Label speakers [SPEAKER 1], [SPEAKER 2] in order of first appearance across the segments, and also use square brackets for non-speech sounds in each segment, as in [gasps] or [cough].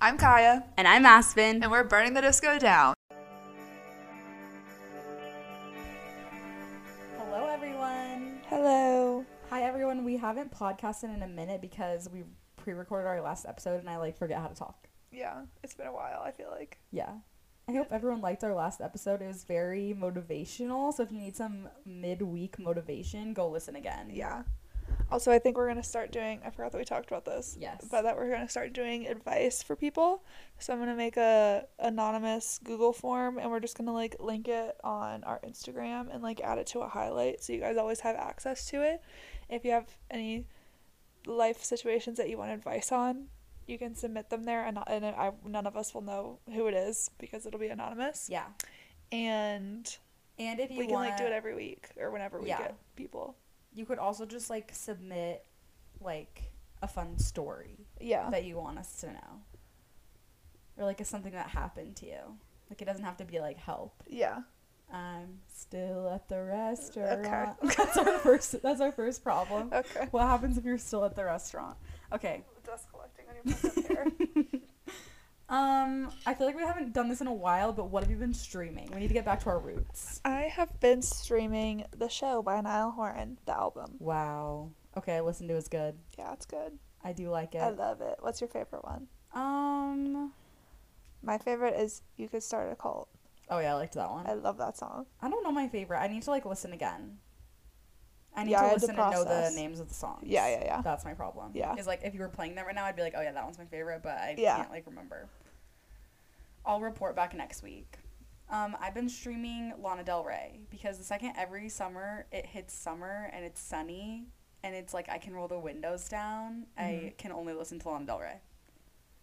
[SPEAKER 1] I'm Kaya,
[SPEAKER 2] And I'm Aspen.
[SPEAKER 1] and we're burning the disco down.
[SPEAKER 2] Hello, everyone.
[SPEAKER 1] Hello.
[SPEAKER 2] Hi, everyone. We haven't podcasted in a minute because we pre recorded our last episode and I like forget how to talk.
[SPEAKER 1] Yeah, it's been a while, I feel like.
[SPEAKER 2] Yeah. I hope everyone liked our last episode. It was very motivational. So if you need some midweek motivation, go listen again.
[SPEAKER 1] Yeah. Also, I think we're going to start doing, I forgot that we talked about this,
[SPEAKER 2] Yes.
[SPEAKER 1] but that we're going to start doing advice for people. So I'm going to make a anonymous Google form and we're just going to like link it on our Instagram and like add it to a highlight so you guys always have access to it. If you have any life situations that you want advice on, you can submit them there and, and I, none of us will know who it is because it'll be anonymous.
[SPEAKER 2] Yeah.
[SPEAKER 1] And
[SPEAKER 2] And if you
[SPEAKER 1] we can
[SPEAKER 2] want,
[SPEAKER 1] like do it every week or whenever we
[SPEAKER 2] Yeah.
[SPEAKER 1] get people.
[SPEAKER 2] you could also just like submit like a fun story
[SPEAKER 1] Yeah.
[SPEAKER 2] that you want us to know, or like it's something that happened to you. Like it doesn't have to be like help.
[SPEAKER 1] yeah.
[SPEAKER 2] I'm still at the restaurant.
[SPEAKER 1] Okay.
[SPEAKER 2] [laughs] that's our first. That's our first problem.
[SPEAKER 1] Okay.
[SPEAKER 2] What happens if you're still at the restaurant? Okay.
[SPEAKER 1] Dust collecting on your fucking hair.
[SPEAKER 2] Um, I feel like we haven't done this in a while, but what have you been streaming? We need to get back to our roots.
[SPEAKER 1] [laughs] I have been streaming the show by Niall Horan, the album.
[SPEAKER 2] Wow. Okay, I listened to is good.
[SPEAKER 1] Yeah, it's good.
[SPEAKER 2] I do like
[SPEAKER 1] I
[SPEAKER 2] it.
[SPEAKER 1] love it. What's your favorite one?
[SPEAKER 2] Um.
[SPEAKER 1] My favorite is You Could Start a Cult.
[SPEAKER 2] Oh yeah, I liked that one.
[SPEAKER 1] I love that song.
[SPEAKER 2] I don't know my favorite. I need to like listen again. I need
[SPEAKER 1] Yeah, I
[SPEAKER 2] to
[SPEAKER 1] had to
[SPEAKER 2] listen and know the
[SPEAKER 1] process.
[SPEAKER 2] names of the songs.
[SPEAKER 1] Yeah, yeah, yeah.
[SPEAKER 2] That's my problem.
[SPEAKER 1] Yeah.
[SPEAKER 2] Is like if you were playing them right now, I'd be like, oh yeah, that one's my favorite, but I
[SPEAKER 1] Yeah.
[SPEAKER 2] can't like remember. I'll report back next week. Um, I've been streaming Lana Del Rey because the second every summer it hits summer and it's sunny and it's like I can roll the windows down.
[SPEAKER 1] Mm-hmm.
[SPEAKER 2] I can only listen to Lana Del Rey,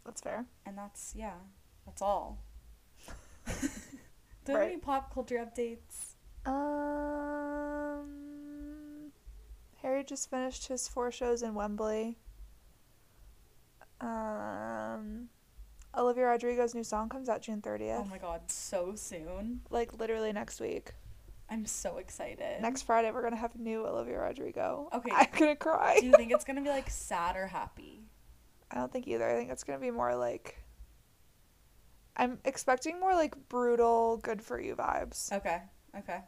[SPEAKER 1] That's fair.
[SPEAKER 2] and that's yeah, that's all. [laughs] Do you have
[SPEAKER 1] Right.
[SPEAKER 2] any pop culture updates?
[SPEAKER 1] Um, Harry just finished his four shows in Wembley. Um, Olivia Rodrigo's new song comes out June 30th.
[SPEAKER 2] Oh my god, so soon.
[SPEAKER 1] Like literally next week.
[SPEAKER 2] I'm so excited.
[SPEAKER 1] Next Friday, we're gonna have new Olivia Rodrigo.
[SPEAKER 2] Okay.
[SPEAKER 1] I'm gonna cry.
[SPEAKER 2] Do you think it's gonna be like sad or happy?
[SPEAKER 1] I don't think either. I think it's gonna be more like. I'm expecting more like brutal, good for you vibes.
[SPEAKER 2] Okay, okay.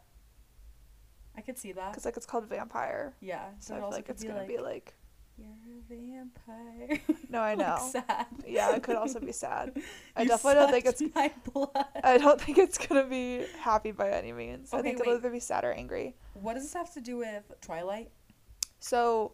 [SPEAKER 2] I could see that.
[SPEAKER 1] Cause like it's called Vampire,
[SPEAKER 2] Yeah,
[SPEAKER 1] so
[SPEAKER 2] it
[SPEAKER 1] I feel
[SPEAKER 2] also
[SPEAKER 1] like
[SPEAKER 2] could
[SPEAKER 1] it's gonna be like.
[SPEAKER 2] you're a vampire.
[SPEAKER 1] No, [laughs] I know.
[SPEAKER 2] [laughs] like sad.
[SPEAKER 1] yeah, it could also be sad.
[SPEAKER 2] [laughs]
[SPEAKER 1] I
[SPEAKER 2] You
[SPEAKER 1] definitely don't think
[SPEAKER 2] sucked
[SPEAKER 1] it's.
[SPEAKER 2] my blood.
[SPEAKER 1] I don't think it's gonna be happy by any means. I
[SPEAKER 2] Okay,
[SPEAKER 1] think it'll
[SPEAKER 2] wait.
[SPEAKER 1] either be sad or angry.
[SPEAKER 2] What does this have to do with Twilight?
[SPEAKER 1] So.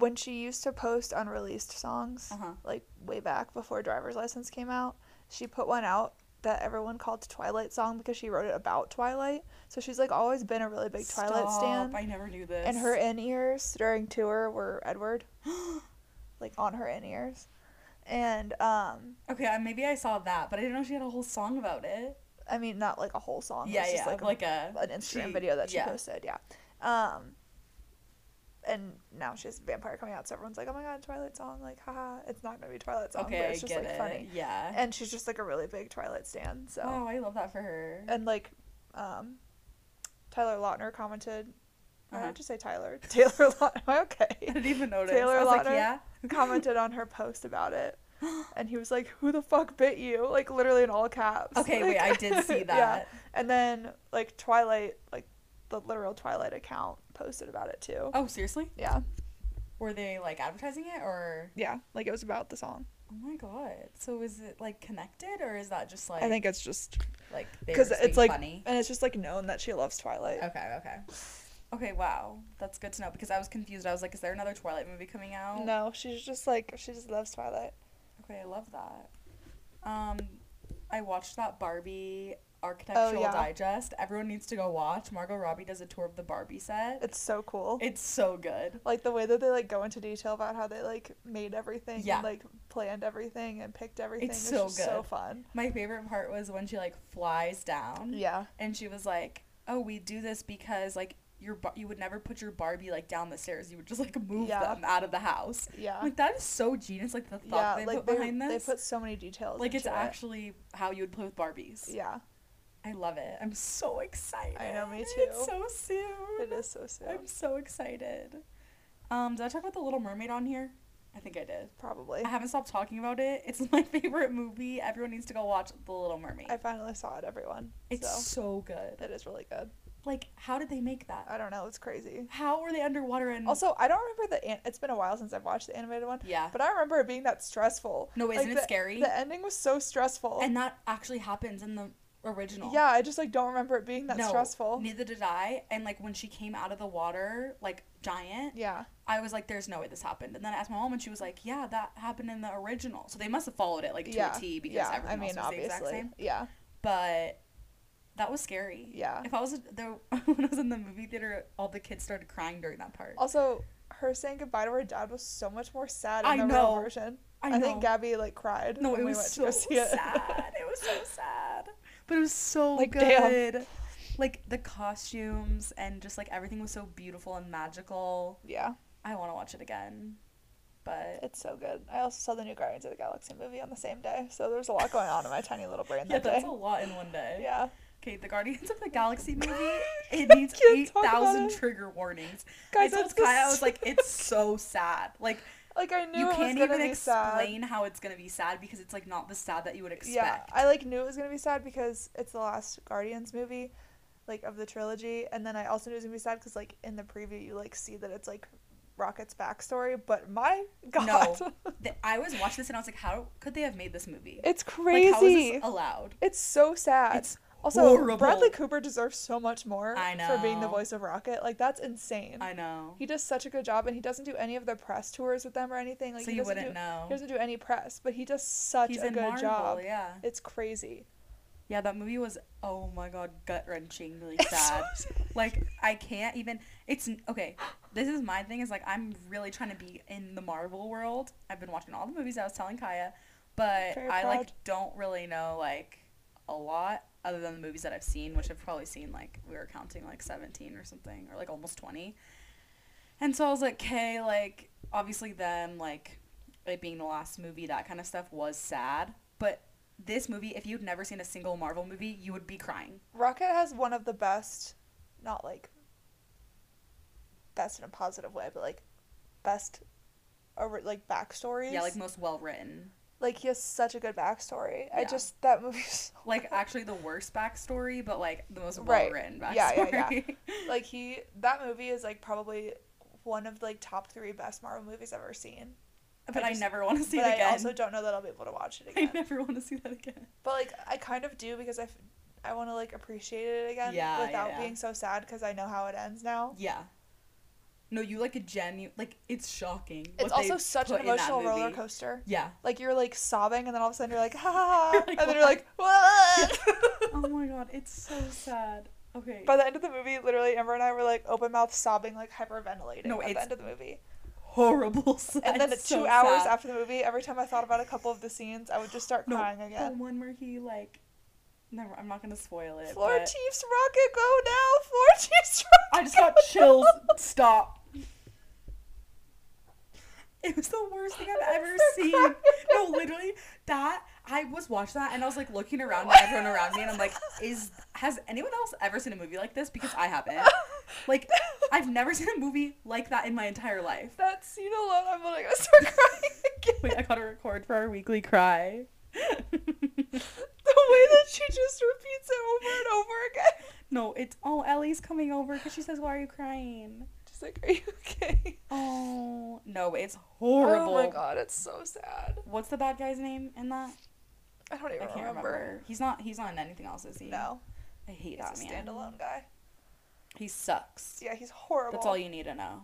[SPEAKER 1] When she used to post unreleased songs,
[SPEAKER 2] Uh huh.
[SPEAKER 1] like way back before driver's license came out she put one out that everyone called twilight song because she wrote it about twilight so she's like always been a really big twilight stan
[SPEAKER 2] I never knew this.
[SPEAKER 1] and her in ears during tour were
[SPEAKER 2] [gasps]
[SPEAKER 1] edward like on her in ears and um
[SPEAKER 2] Okay, I- maybe I saw that, but I didn't know she had a whole song about it.
[SPEAKER 1] i mean not like a whole song
[SPEAKER 2] yeah,
[SPEAKER 1] it's
[SPEAKER 2] yeah,
[SPEAKER 1] just like,
[SPEAKER 2] like, like a,
[SPEAKER 1] a, an instagram
[SPEAKER 2] she-
[SPEAKER 1] video that she
[SPEAKER 2] yeah.
[SPEAKER 1] posted yeah um and now she has vampire coming out so everyone's like oh my god twilight song like haha it's not gonna be twilight song
[SPEAKER 2] Okay,
[SPEAKER 1] but
[SPEAKER 2] I
[SPEAKER 1] it's just
[SPEAKER 2] get
[SPEAKER 1] like
[SPEAKER 2] it.
[SPEAKER 1] funny
[SPEAKER 2] Yeah.
[SPEAKER 1] [laughs] and she's just like a really big twilight stan so
[SPEAKER 2] Wow, I love that for her.
[SPEAKER 1] and like um Tyler Lautner commented why did I
[SPEAKER 2] Uh-huh.
[SPEAKER 1] just say Tyler [laughs] Taylor Lautner [laughs] am I
[SPEAKER 2] I
[SPEAKER 1] okay
[SPEAKER 2] didn't even notice.
[SPEAKER 1] Taylor
[SPEAKER 2] I was like,
[SPEAKER 1] Lautner?
[SPEAKER 2] yeah.
[SPEAKER 1] commented on her post about it and he was like who the fuck bit you like literally in all caps
[SPEAKER 2] Okay, wait, I
[SPEAKER 1] Like, [laughs]
[SPEAKER 2] did see
[SPEAKER 1] yeah.
[SPEAKER 2] that.
[SPEAKER 1] and then like Twilight like the literal Twilight account posted about it too
[SPEAKER 2] Oh, seriously?
[SPEAKER 1] yeah
[SPEAKER 2] Were they like advertising it or?
[SPEAKER 1] yeah like it was about the song
[SPEAKER 2] Oh my god! So is it like connected or is that just like
[SPEAKER 1] I think it's just
[SPEAKER 2] like they were
[SPEAKER 1] because
[SPEAKER 2] just
[SPEAKER 1] it's
[SPEAKER 2] being
[SPEAKER 1] like
[SPEAKER 2] funny?
[SPEAKER 1] and it's just like known that she loves Twilight
[SPEAKER 2] Okay, okay, okay. Wow, that's good to know because I was confused. I was like, is there another Twilight movie coming out?
[SPEAKER 1] no she's just like she just loves Twilight
[SPEAKER 2] Okay, I love that. Um, I watched that Barbie Architectural
[SPEAKER 1] Oh, yeah.
[SPEAKER 2] Digest. Everyone needs to go watch. Margot Robbie does a tour of the Barbie set.
[SPEAKER 1] it's so cool
[SPEAKER 2] It's so good.
[SPEAKER 1] like the way that they like go into detail about how they like made everything
[SPEAKER 2] Yeah.
[SPEAKER 1] and like planned everything and picked everything
[SPEAKER 2] It's
[SPEAKER 1] is
[SPEAKER 2] so
[SPEAKER 1] just so
[SPEAKER 2] good.
[SPEAKER 1] fun.
[SPEAKER 2] My favorite part was when she like flies down.
[SPEAKER 1] Yeah.
[SPEAKER 2] and she was like, "Oh, we do this because like your bar- you would never put your Barbie like down the stairs. You would just like move
[SPEAKER 1] Yeah.
[SPEAKER 2] them out of the house."
[SPEAKER 1] Yeah.
[SPEAKER 2] I'm like that is so genius. Like the
[SPEAKER 1] yeah,
[SPEAKER 2] thought they
[SPEAKER 1] like
[SPEAKER 2] put
[SPEAKER 1] they,
[SPEAKER 2] behind
[SPEAKER 1] they
[SPEAKER 2] this.
[SPEAKER 1] put so many details.
[SPEAKER 2] like it's
[SPEAKER 1] into it.
[SPEAKER 2] actually how you would play with Barbies.
[SPEAKER 1] Yeah.
[SPEAKER 2] I love it. I'm so excited.
[SPEAKER 1] I know, me
[SPEAKER 2] It's
[SPEAKER 1] too.
[SPEAKER 2] so soon. [laughs]
[SPEAKER 1] It is so soon.
[SPEAKER 2] I'm so excited. Um, did I talk about the Little Mermaid on here? I I think I did.
[SPEAKER 1] probably.
[SPEAKER 2] I haven't stopped talking about it. It's [laughs] my favorite movie. Everyone needs to go watch The Little Mermaid.
[SPEAKER 1] I finally saw it, everyone.
[SPEAKER 2] it's
[SPEAKER 1] so
[SPEAKER 2] so good.
[SPEAKER 1] it is really good.
[SPEAKER 2] Like, how did they make that?
[SPEAKER 1] I don't know. It's crazy.
[SPEAKER 2] How were they underwater and
[SPEAKER 1] Also, I don't remember the. An- it's been a while since I've watched the animated one,
[SPEAKER 2] Hmm. yeah?
[SPEAKER 1] but I remember it being that stressful.
[SPEAKER 2] No,
[SPEAKER 1] Like,
[SPEAKER 2] isn't
[SPEAKER 1] the-
[SPEAKER 2] it scary?
[SPEAKER 1] The ending was so stressful.
[SPEAKER 2] and that actually happens in the original.
[SPEAKER 1] yeah, I just like don't remember it being that
[SPEAKER 2] No,
[SPEAKER 1] stressful.
[SPEAKER 2] Neither did I. And like when she came out of the water, like giant,
[SPEAKER 1] yeah,
[SPEAKER 2] I was like, "There's no way this happened." And then I asked my mom, and she was like, "Yeah, that happened in the original." So they must have followed it like to
[SPEAKER 1] yeah,
[SPEAKER 2] a T because
[SPEAKER 1] yeah.
[SPEAKER 2] everything
[SPEAKER 1] I mean,
[SPEAKER 2] else was the exact
[SPEAKER 1] obviously,
[SPEAKER 2] same.
[SPEAKER 1] yeah,
[SPEAKER 2] But that was scary.
[SPEAKER 1] yeah.
[SPEAKER 2] If I was there [laughs] when I was in the movie theater, all the kids started crying during that part.
[SPEAKER 1] Also, her saying goodbye to her dad was so much more sad in
[SPEAKER 2] I
[SPEAKER 1] the
[SPEAKER 2] know.
[SPEAKER 1] real version.
[SPEAKER 2] I,
[SPEAKER 1] I,
[SPEAKER 2] know.
[SPEAKER 1] think Gabby like cried.
[SPEAKER 2] no,
[SPEAKER 1] when
[SPEAKER 2] it
[SPEAKER 1] we
[SPEAKER 2] was
[SPEAKER 1] went to
[SPEAKER 2] so
[SPEAKER 1] go see it.
[SPEAKER 2] sad. It was [laughs] so sad, but it was so
[SPEAKER 1] Like, damn.
[SPEAKER 2] good. Like the costumes and just like everything was so beautiful and magical.
[SPEAKER 1] [laughs] yeah,
[SPEAKER 2] I want to watch it again, but
[SPEAKER 1] it's so good. I also saw the new Guardians of the Galaxy movie on the same day, so there was a lot going on in my tiny little brain
[SPEAKER 2] yeah,
[SPEAKER 1] that
[SPEAKER 2] that's
[SPEAKER 1] day.
[SPEAKER 2] a lot in one day.
[SPEAKER 1] Yeah,
[SPEAKER 2] Okay, the Guardians of
[SPEAKER 1] [laughs]
[SPEAKER 2] the Galaxy movie. It
[SPEAKER 1] I
[SPEAKER 2] needs
[SPEAKER 1] can't
[SPEAKER 2] eight
[SPEAKER 1] talk about
[SPEAKER 2] thousand
[SPEAKER 1] it.
[SPEAKER 2] trigger warnings.
[SPEAKER 1] guys,
[SPEAKER 2] I told
[SPEAKER 1] that's the
[SPEAKER 2] Kaya, I was
[SPEAKER 1] s-
[SPEAKER 2] like, it's so sad. Like
[SPEAKER 1] [laughs] like I knew
[SPEAKER 2] you
[SPEAKER 1] it was
[SPEAKER 2] can't
[SPEAKER 1] gonna
[SPEAKER 2] even
[SPEAKER 1] be sad.
[SPEAKER 2] explain how it's gonna be sad because it's like not the sad that you would expect.
[SPEAKER 1] Yeah, I like knew it was gonna be sad because it's the last Guardians movie, like of the trilogy, and then I also knew it was gonna be sad because like in the preview you like see that it's like Rocket's backstory, but my [laughs] God,
[SPEAKER 2] Th- I was watching this and I was like, how could they have made this movie?
[SPEAKER 1] it's
[SPEAKER 2] Like how is
[SPEAKER 1] crazy.
[SPEAKER 2] this allowed?
[SPEAKER 1] it's so sad.
[SPEAKER 2] It's
[SPEAKER 1] also,
[SPEAKER 2] horrible.
[SPEAKER 1] Bradley Cooper deserves so much more
[SPEAKER 2] I
[SPEAKER 1] for being the
[SPEAKER 2] know.
[SPEAKER 1] voice of Rocket. Like that's insane.
[SPEAKER 2] I know.
[SPEAKER 1] he does such a good job, and he doesn't do any of the press tours with them or anything. Like
[SPEAKER 2] so
[SPEAKER 1] he
[SPEAKER 2] you
[SPEAKER 1] doesn't do,
[SPEAKER 2] wouldn't know.
[SPEAKER 1] He doesn't do any press, but he does such
[SPEAKER 2] He's
[SPEAKER 1] a
[SPEAKER 2] in
[SPEAKER 1] good
[SPEAKER 2] Marvel,
[SPEAKER 1] job.
[SPEAKER 2] yeah.
[SPEAKER 1] It's crazy.
[SPEAKER 2] Yeah, that movie was oh my god, gut
[SPEAKER 1] [laughs]
[SPEAKER 2] wrenchingly sad. like I can't even. It's okay. This is my thing. Is like I'm really trying to be in the Marvel world. I've been watching all the movies. I was telling Kaya, but
[SPEAKER 1] Very
[SPEAKER 2] I like
[SPEAKER 1] proud.
[SPEAKER 2] don't really know like a lot other than the movies that I've seen, which I've probably seen like we were counting like 17 or something or like almost 20. And so I was like, okay, like obviously them like it being the last movie, that kind of stuff was sad, but this movie, if you'd never seen a single Marvel movie, you would be crying.
[SPEAKER 1] Rocket has one of the best, not like best in a positive way, but like best or like backstories.
[SPEAKER 2] Yeah, like most well written.
[SPEAKER 1] Like, he has such a good backstory. I
[SPEAKER 2] Yeah.
[SPEAKER 1] just that movie is so
[SPEAKER 2] Like actually the worst backstory, but like the most well
[SPEAKER 1] Right.
[SPEAKER 2] written backstory.
[SPEAKER 1] Yeah, yeah, like he that movie is like probably one of like top three best Marvel movies I've ever seen.
[SPEAKER 2] [laughs] but
[SPEAKER 1] I
[SPEAKER 2] I,
[SPEAKER 1] just-
[SPEAKER 2] never want to see
[SPEAKER 1] but
[SPEAKER 2] it
[SPEAKER 1] I
[SPEAKER 2] again. I, [laughs]
[SPEAKER 1] also don't know that I'll be able to watch it again.
[SPEAKER 2] never want to see that again.
[SPEAKER 1] but like I kind of do because I, f- I want to like appreciate it again
[SPEAKER 2] Yeah,
[SPEAKER 1] without
[SPEAKER 2] yeah.
[SPEAKER 1] being so sad because I know how it ends now.
[SPEAKER 2] Yeah. No, you like a genuine like it's shocking.
[SPEAKER 1] It's
[SPEAKER 2] what they
[SPEAKER 1] also such an
[SPEAKER 2] put in that
[SPEAKER 1] emotional roller
[SPEAKER 2] movie.
[SPEAKER 1] coaster. [laughs]
[SPEAKER 2] Yeah.
[SPEAKER 1] like you're like sobbing and then all of a sudden you're like [laughs] ha ha, ha,"
[SPEAKER 2] You're like,
[SPEAKER 1] and then you're like what [laughs]
[SPEAKER 2] Oh my god, it's so sad. Okay.
[SPEAKER 1] by the end of the movie literally amber and i were like open mouth sobbing like hyperventilating
[SPEAKER 2] No,
[SPEAKER 1] at the
[SPEAKER 2] it's-
[SPEAKER 1] end of the movie
[SPEAKER 2] horrible [laughs] sad.
[SPEAKER 1] and then
[SPEAKER 2] it's
[SPEAKER 1] two
[SPEAKER 2] so
[SPEAKER 1] hours
[SPEAKER 2] sad.
[SPEAKER 1] after the movie every time i thought about a couple of the scenes i would just start
[SPEAKER 2] No, oh
[SPEAKER 1] crying
[SPEAKER 2] The
[SPEAKER 1] again
[SPEAKER 2] one where he like never I'm not gonna spoil it.
[SPEAKER 1] floor
[SPEAKER 2] but-
[SPEAKER 1] chiefs rocket go now floor [laughs] chiefs rocket
[SPEAKER 2] I just got
[SPEAKER 1] go
[SPEAKER 2] chills.
[SPEAKER 1] now."
[SPEAKER 2] Stop. It was the worst thing [laughs] I've ever seen. No, literally, that I was watching that and I was like looking around at everyone around me and I'm like, is has anyone else ever seen a movie like this? Because I haven't.
[SPEAKER 1] [laughs]
[SPEAKER 2] Like, I've never seen a movie like that in my entire life.
[SPEAKER 1] that scene alone i'm literally gonna start [laughs] crying again
[SPEAKER 2] Wait, I gotta record for our weekly cry.
[SPEAKER 1] [laughs] the way that she just repeats it over and over again
[SPEAKER 2] [laughs]
[SPEAKER 1] [laughs]
[SPEAKER 2] no, it's oh Ellie's coming over because she says, "Why are you crying?"
[SPEAKER 1] just like are you okay
[SPEAKER 2] Oh no, it's horrible.
[SPEAKER 1] oh my god it's so sad
[SPEAKER 2] What's the bad guy's name in that?
[SPEAKER 1] i don't even
[SPEAKER 2] I can't remember. He's not. He's not in anything else, is he?
[SPEAKER 1] no
[SPEAKER 2] I
[SPEAKER 1] He's
[SPEAKER 2] hate that
[SPEAKER 1] a
[SPEAKER 2] man.
[SPEAKER 1] standalone guy.
[SPEAKER 2] He sucks.
[SPEAKER 1] Yeah, he's horrible.
[SPEAKER 2] That's all you need to know.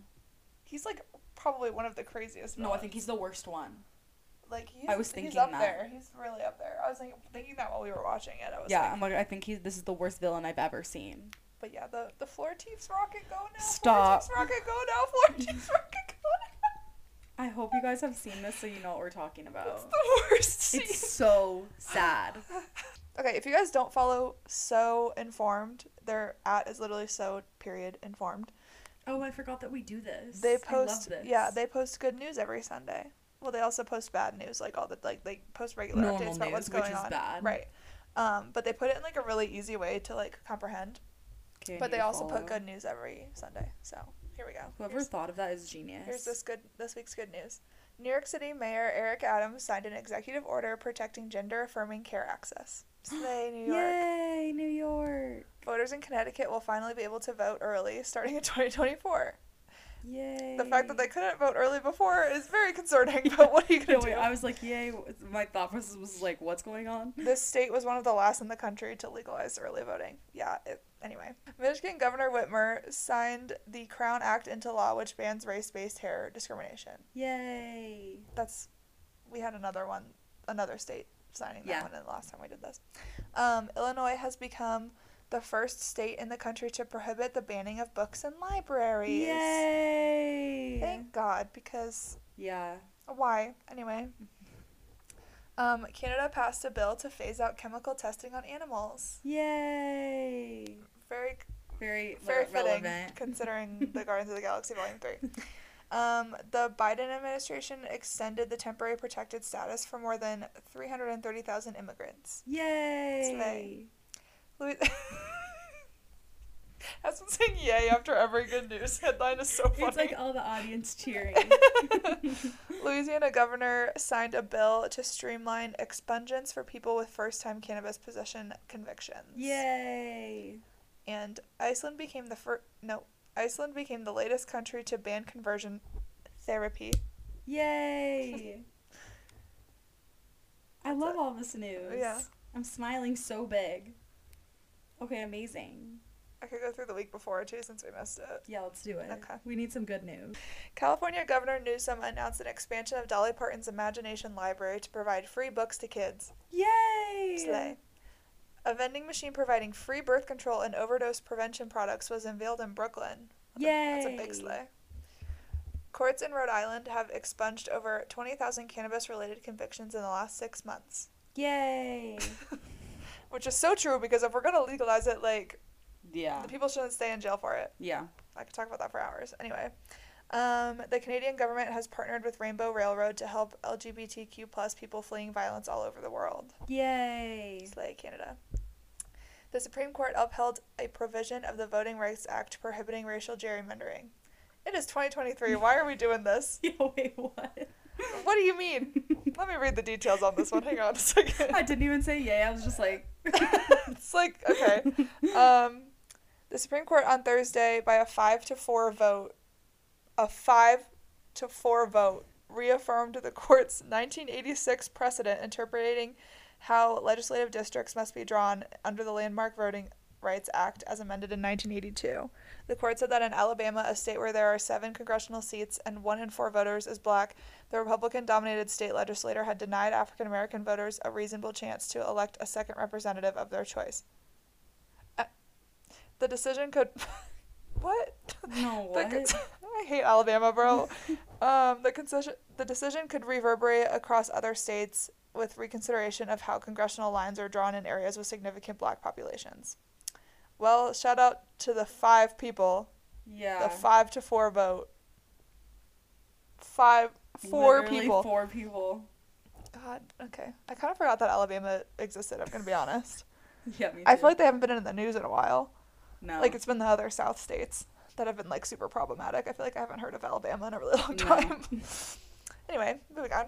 [SPEAKER 1] He's like probably one of the craziest.
[SPEAKER 2] No, I
[SPEAKER 1] villains.
[SPEAKER 2] think he's the worst one.
[SPEAKER 1] like he's,
[SPEAKER 2] was
[SPEAKER 1] he's
[SPEAKER 2] thinking
[SPEAKER 1] up
[SPEAKER 2] that.
[SPEAKER 1] there. He's really up there. I was like thinking that while we were watching it. I was
[SPEAKER 2] Yeah,
[SPEAKER 1] like,
[SPEAKER 2] I'm like, I think he's. This is the worst villain I've ever seen.
[SPEAKER 1] but yeah, the the floor teeps rocket go now.
[SPEAKER 2] Stop.
[SPEAKER 1] Floor teeps rocket go now.
[SPEAKER 2] [laughs]
[SPEAKER 1] Floor teeps rocket go
[SPEAKER 2] I hope you guys have seen this, so you know what we're talking
[SPEAKER 1] now. It's
[SPEAKER 2] about.
[SPEAKER 1] the worst scene.
[SPEAKER 2] Oh. It's so
[SPEAKER 1] [laughs]
[SPEAKER 2] sad.
[SPEAKER 1] Okay, if you guys don't follow so informed, their at is literally so period informed.
[SPEAKER 2] Oh, I forgot that we do this.
[SPEAKER 1] They post
[SPEAKER 2] I love this.
[SPEAKER 1] yeah, they post good news every Sunday. Well, they also post bad news like all the like they post regular
[SPEAKER 2] Normal
[SPEAKER 1] updates about what's
[SPEAKER 2] news, which
[SPEAKER 1] going
[SPEAKER 2] is
[SPEAKER 1] on.
[SPEAKER 2] bad.
[SPEAKER 1] Right. Um, but they put it in like a really easy way to like comprehend.
[SPEAKER 2] Okay, I
[SPEAKER 1] but
[SPEAKER 2] need
[SPEAKER 1] they
[SPEAKER 2] to
[SPEAKER 1] also
[SPEAKER 2] follow.
[SPEAKER 1] put good news every Sunday. So here we go.
[SPEAKER 2] Whoever
[SPEAKER 1] Here's,
[SPEAKER 2] thought of that is genius.
[SPEAKER 1] here's this good this week's good news. New York City Mayor Eric Adams signed an executive order protecting gender affirming care
[SPEAKER 2] [gasps]
[SPEAKER 1] access. Slay, New York.
[SPEAKER 2] Yay, New York.
[SPEAKER 1] Voters in Connecticut will finally be able to vote early starting in [laughs] 2024.
[SPEAKER 2] Yay.
[SPEAKER 1] The fact that they couldn't vote early before is very concerning, but what are you [laughs]
[SPEAKER 2] [laughs] No, [laughs]
[SPEAKER 1] going to
[SPEAKER 2] wait,
[SPEAKER 1] do?
[SPEAKER 2] I was like, yay. My thought process was like, what's going on?
[SPEAKER 1] This state was one of the last in the country to legalize early voting. Yeah, it, anyway. Michigan Governor Whitmer signed the Crown Act into law, which bans race based hair discrimination.
[SPEAKER 2] Yay.
[SPEAKER 1] That's, we had another one, another state signing that
[SPEAKER 2] Yeah.
[SPEAKER 1] one in the last time we did this. Um, Illinois has become the first state in the country to prohibit the banning of books in libraries.
[SPEAKER 2] Yay.
[SPEAKER 1] Thank God, because
[SPEAKER 2] Yeah.
[SPEAKER 1] why? Anyway. Um, Canada passed a bill to phase out chemical testing on animals.
[SPEAKER 2] Yay.
[SPEAKER 1] Very
[SPEAKER 2] Very,
[SPEAKER 1] very
[SPEAKER 2] re-
[SPEAKER 1] fitting
[SPEAKER 2] relevant. [laughs]
[SPEAKER 1] considering the Guardians of the Galaxy Volume 3. Um, the Biden administration extended the temporary protected status for more than 330,000 immigrants.
[SPEAKER 2] Yay.
[SPEAKER 1] Louis- [laughs] I've been saying yay after every good news headline is so funny.
[SPEAKER 2] It's like all the
[SPEAKER 1] [laughs]
[SPEAKER 2] audience cheering.
[SPEAKER 1] Louisiana governor signed a bill to streamline expungements for people with first-time cannabis possession convictions.
[SPEAKER 2] Yay.
[SPEAKER 1] and Iceland became the first no Iceland became the latest country to ban conversion therapy.
[SPEAKER 2] Yay. I
[SPEAKER 1] That's
[SPEAKER 2] love
[SPEAKER 1] it.
[SPEAKER 2] all this news.
[SPEAKER 1] Yeah.
[SPEAKER 2] I'm smiling so big. Okay, amazing.
[SPEAKER 1] I could go through the week before too since we missed it.
[SPEAKER 2] Yeah, let's do it.
[SPEAKER 1] Okay.
[SPEAKER 2] We need some good news.
[SPEAKER 1] California Governor Newsom announced an expansion of Dolly Parton's Imagination Library to provide free books to kids.
[SPEAKER 2] Yay!
[SPEAKER 1] Slay. A vending machine providing free birth control and overdose prevention products was unveiled in Brooklyn. That's a- That's a big
[SPEAKER 2] Yay.
[SPEAKER 1] slay. Courts in Rhode Island have expunged over 20,000 cannabis related convictions in the last six months.
[SPEAKER 2] Yay!
[SPEAKER 1] [laughs] Which is so true because if we're going to legalize it, like,
[SPEAKER 2] yeah.
[SPEAKER 1] the people shouldn't stay in jail for it.
[SPEAKER 2] Yeah.
[SPEAKER 1] I could talk about that for hours. Anyway, um, the Canadian government has partnered with Rainbow Railroad to help LGBTQ plus people fleeing violence all over the world.
[SPEAKER 2] Yay!
[SPEAKER 1] Slay, Canada. The Supreme Court upheld a provision of the Voting Rights Act prohibiting racial gerrymandering. It is 2023. Why are we doing this?
[SPEAKER 2] [laughs] Yeah, wait, what? [laughs]
[SPEAKER 1] What do you mean? Let me read the details on this one. Hang on a second.
[SPEAKER 2] [laughs] I didn't even say yay. I was just like, [laughs]
[SPEAKER 1] it's like, okay. Um, the Supreme Court on Thursday, by a five to four vote, a five to four vote, reaffirmed the court's 1986 precedent interpreting how legislative districts must be drawn under the Landmark Voting Rights Act as amended in 1982. The court said that in Alabama, a state where there are seven congressional seats and one in four voters is black, the Republican dominated state legislator had denied African American voters a reasonable chance to elect a second representative of their choice. Uh, the decision could. [laughs] what?
[SPEAKER 2] no,
[SPEAKER 1] The
[SPEAKER 2] what?
[SPEAKER 1] cons- [laughs] I hate Alabama,
[SPEAKER 2] [laughs]
[SPEAKER 1] bro. um, the concession, the decision could reverberate across other states with reconsideration of how congressional lines are drawn in areas with significant black populations. Well, shout out to the five people,
[SPEAKER 2] [laughs] yeah.
[SPEAKER 1] the five to four vote. Five, four
[SPEAKER 2] Literally
[SPEAKER 1] people.
[SPEAKER 2] Four people.
[SPEAKER 1] God, okay. I kind of forgot that Alabama existed. I'm gonna be honest.
[SPEAKER 2] Yeah, me too.
[SPEAKER 1] I feel like they haven't been in the news in a while.
[SPEAKER 2] no.
[SPEAKER 1] Like it's [laughs] been the other South states that have been like super problematic. I feel like I haven't heard of Alabama in a really [laughs] long
[SPEAKER 2] No.
[SPEAKER 1] time. anyway, moving on.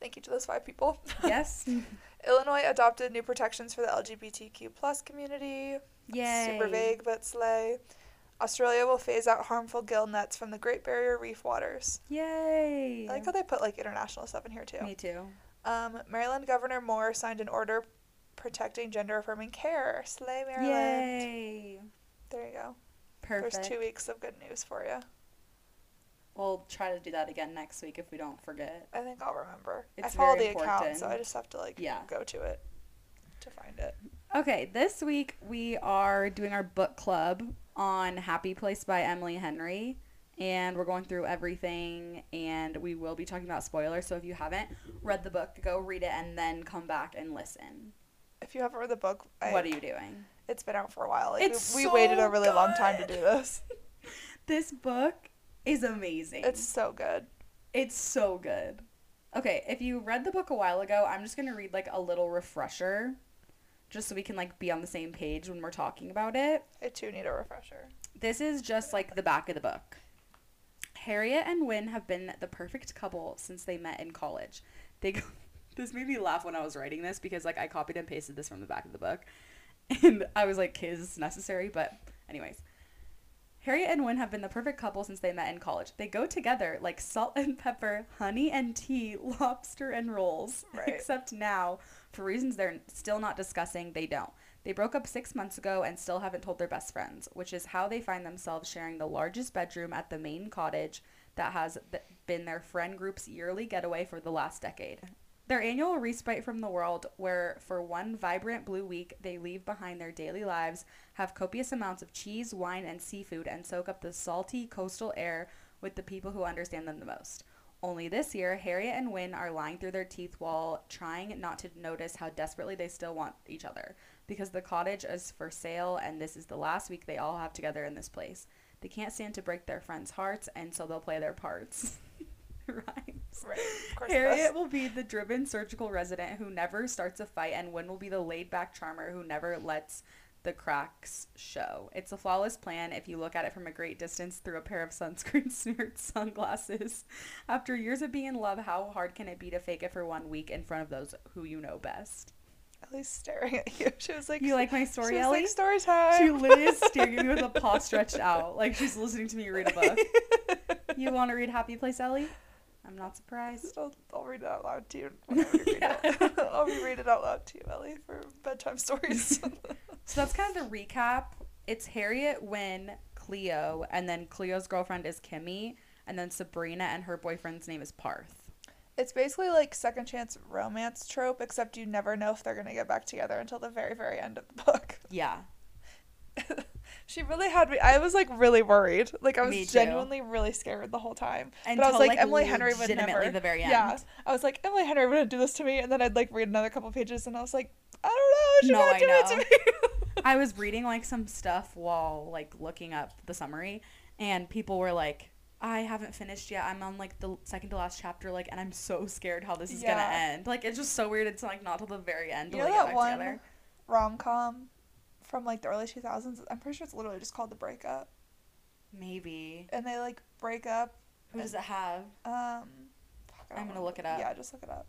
[SPEAKER 1] Thank you to those five people. [laughs]
[SPEAKER 2] yes.
[SPEAKER 1] Illinois adopted new protections for the LGBTQ plus community.
[SPEAKER 2] Yay.
[SPEAKER 1] Super vague, but slay. Australia will phase out harmful gill nets from the Great Barrier Reef waters.
[SPEAKER 2] Yay.
[SPEAKER 1] I like how they put like international stuff in here too.
[SPEAKER 2] Me too.
[SPEAKER 1] Um, Maryland Governor Moore signed an order protecting gender affirming care. Slay, Maryland.
[SPEAKER 2] Yay.
[SPEAKER 1] There you go.
[SPEAKER 2] Perfect.
[SPEAKER 1] There's two weeks of good news for you.
[SPEAKER 2] We'll try to do that again next week if we don't forget.
[SPEAKER 1] I think I'll remember. I
[SPEAKER 2] It's
[SPEAKER 1] follow
[SPEAKER 2] very
[SPEAKER 1] the account, so I
[SPEAKER 2] important.
[SPEAKER 1] just have to like
[SPEAKER 2] Yeah.
[SPEAKER 1] go to it to find it.
[SPEAKER 2] Okay, this week we are doing our book club on Happy Place by Emily Henry. And we're going through everything, and we will be talking about spoilers. So if you haven't read the book, go read it and then come back and listen.
[SPEAKER 1] If you haven't read the book, I,
[SPEAKER 2] what are you doing?
[SPEAKER 1] It's been out for a while. Like,
[SPEAKER 2] It's
[SPEAKER 1] we, we waited
[SPEAKER 2] so
[SPEAKER 1] a really long time to do
[SPEAKER 2] [laughs]
[SPEAKER 1] this.
[SPEAKER 2] This book is amazing.
[SPEAKER 1] It's so good.
[SPEAKER 2] It's so good. Okay, if you read the book a while ago, I'm just going to read like a little refresher just so we can like be on the same page when we're talking about it.
[SPEAKER 1] I too need a refresher.
[SPEAKER 2] This is just like the back of the book. Harriet and Wynne have been the perfect couple since they met in college. They go- [laughs] this made me laugh when I was writing this because like I copied and pasted this from the back of the book, [laughs] and I was like, "Is this necessary?" But anyways, Harriet and Wynne have been the perfect couple since they met in college. They go together like salt and pepper, honey and tea, [laughs] lobster and rolls.
[SPEAKER 1] Right.
[SPEAKER 2] Except now, for reasons they're still not discussing, they don't. They broke up six months ago and still haven't told their best friends, which is how they find themselves sharing the largest bedroom at the main cottage that has th- been their friend group's yearly getaway for the last decade. Their annual respite from the world, where for one vibrant blue week they leave behind their daily lives, have copious amounts of cheese, wine, and seafood, and soak up the salty coastal air with the people who understand them the most. Only this year, Harriet and Wynne are lying through their teeth while trying not to notice how desperately they still want each other, because the cottage is for sale and this is the last week they all have together in this place. They can't stand to break their friends' hearts, and so they'll play their parts. [laughs] Rhymes.
[SPEAKER 1] Right. Of course it
[SPEAKER 2] Harriet
[SPEAKER 1] does.
[SPEAKER 2] will be the driven surgical resident who never starts a fight, and Wynne will be the laid back charmer who never lets the cracks show. It's a flawless plan if you look at it from a great distance through a pair of sunscreen [laughs] smeared sunglasses. After years of being in love, how hard can it be to fake it for one week in front of those who you know best?
[SPEAKER 1] Ellie's staring at you. She was like,
[SPEAKER 2] You like my
[SPEAKER 1] she was
[SPEAKER 2] story, Ellie?
[SPEAKER 1] like, story time.
[SPEAKER 2] She literally is staring at me with a
[SPEAKER 1] [laughs]
[SPEAKER 2] paw stretched out, like she's listening to me read a book. You want to read Happy Place, Ellie? I'm not surprised.
[SPEAKER 1] I'll, I'll read it out loud to you. whenever you
[SPEAKER 2] [laughs]
[SPEAKER 1] read it. [laughs] I'll read it out loud to you, Ellie, for bedtime
[SPEAKER 2] [laughs]
[SPEAKER 1] stories.
[SPEAKER 2] So that's kind of the recap. It's Harriet, Wynne, Cleo, and then Cleo's girlfriend is Kimmy, and then Sabrina and her boyfriend's name is Parth.
[SPEAKER 1] it's basically like second chance romance trope, except you never know if they're gonna get back together until the very, very end of the book.
[SPEAKER 2] Yeah.
[SPEAKER 1] [laughs] She really had me. I was like really worried. Like I
[SPEAKER 2] Me
[SPEAKER 1] was
[SPEAKER 2] too.
[SPEAKER 1] genuinely really scared the whole time.
[SPEAKER 2] And
[SPEAKER 1] but I was like, Emily Henry would never.
[SPEAKER 2] the very end.
[SPEAKER 1] Yeah, I was like Emily Henry wouldn't do this to me, and then I'd like read another couple pages, and I was like, I don't
[SPEAKER 2] No,
[SPEAKER 1] know,
[SPEAKER 2] I
[SPEAKER 1] she won't do it to me.
[SPEAKER 2] [laughs]
[SPEAKER 1] [laughs]
[SPEAKER 2] I was reading like some stuff while like looking up the summary, and people were like, "I haven't finished yet. I'm on like the second to last chapter, like, and I'm so scared how this is
[SPEAKER 1] Yeah.
[SPEAKER 2] gonna end. Like, it's just so weird. It's like not till the very end.
[SPEAKER 1] You know
[SPEAKER 2] till they get
[SPEAKER 1] that
[SPEAKER 2] back
[SPEAKER 1] one
[SPEAKER 2] together.
[SPEAKER 1] rom com from like the early 2000s? I'm pretty sure it's literally just called The Breakup.
[SPEAKER 2] Maybe.
[SPEAKER 1] And they like break up.
[SPEAKER 2] Who does it have?
[SPEAKER 1] Um, fuck, I don't
[SPEAKER 2] I'm gonna
[SPEAKER 1] remember.
[SPEAKER 2] look it up.
[SPEAKER 1] Yeah, just look it up.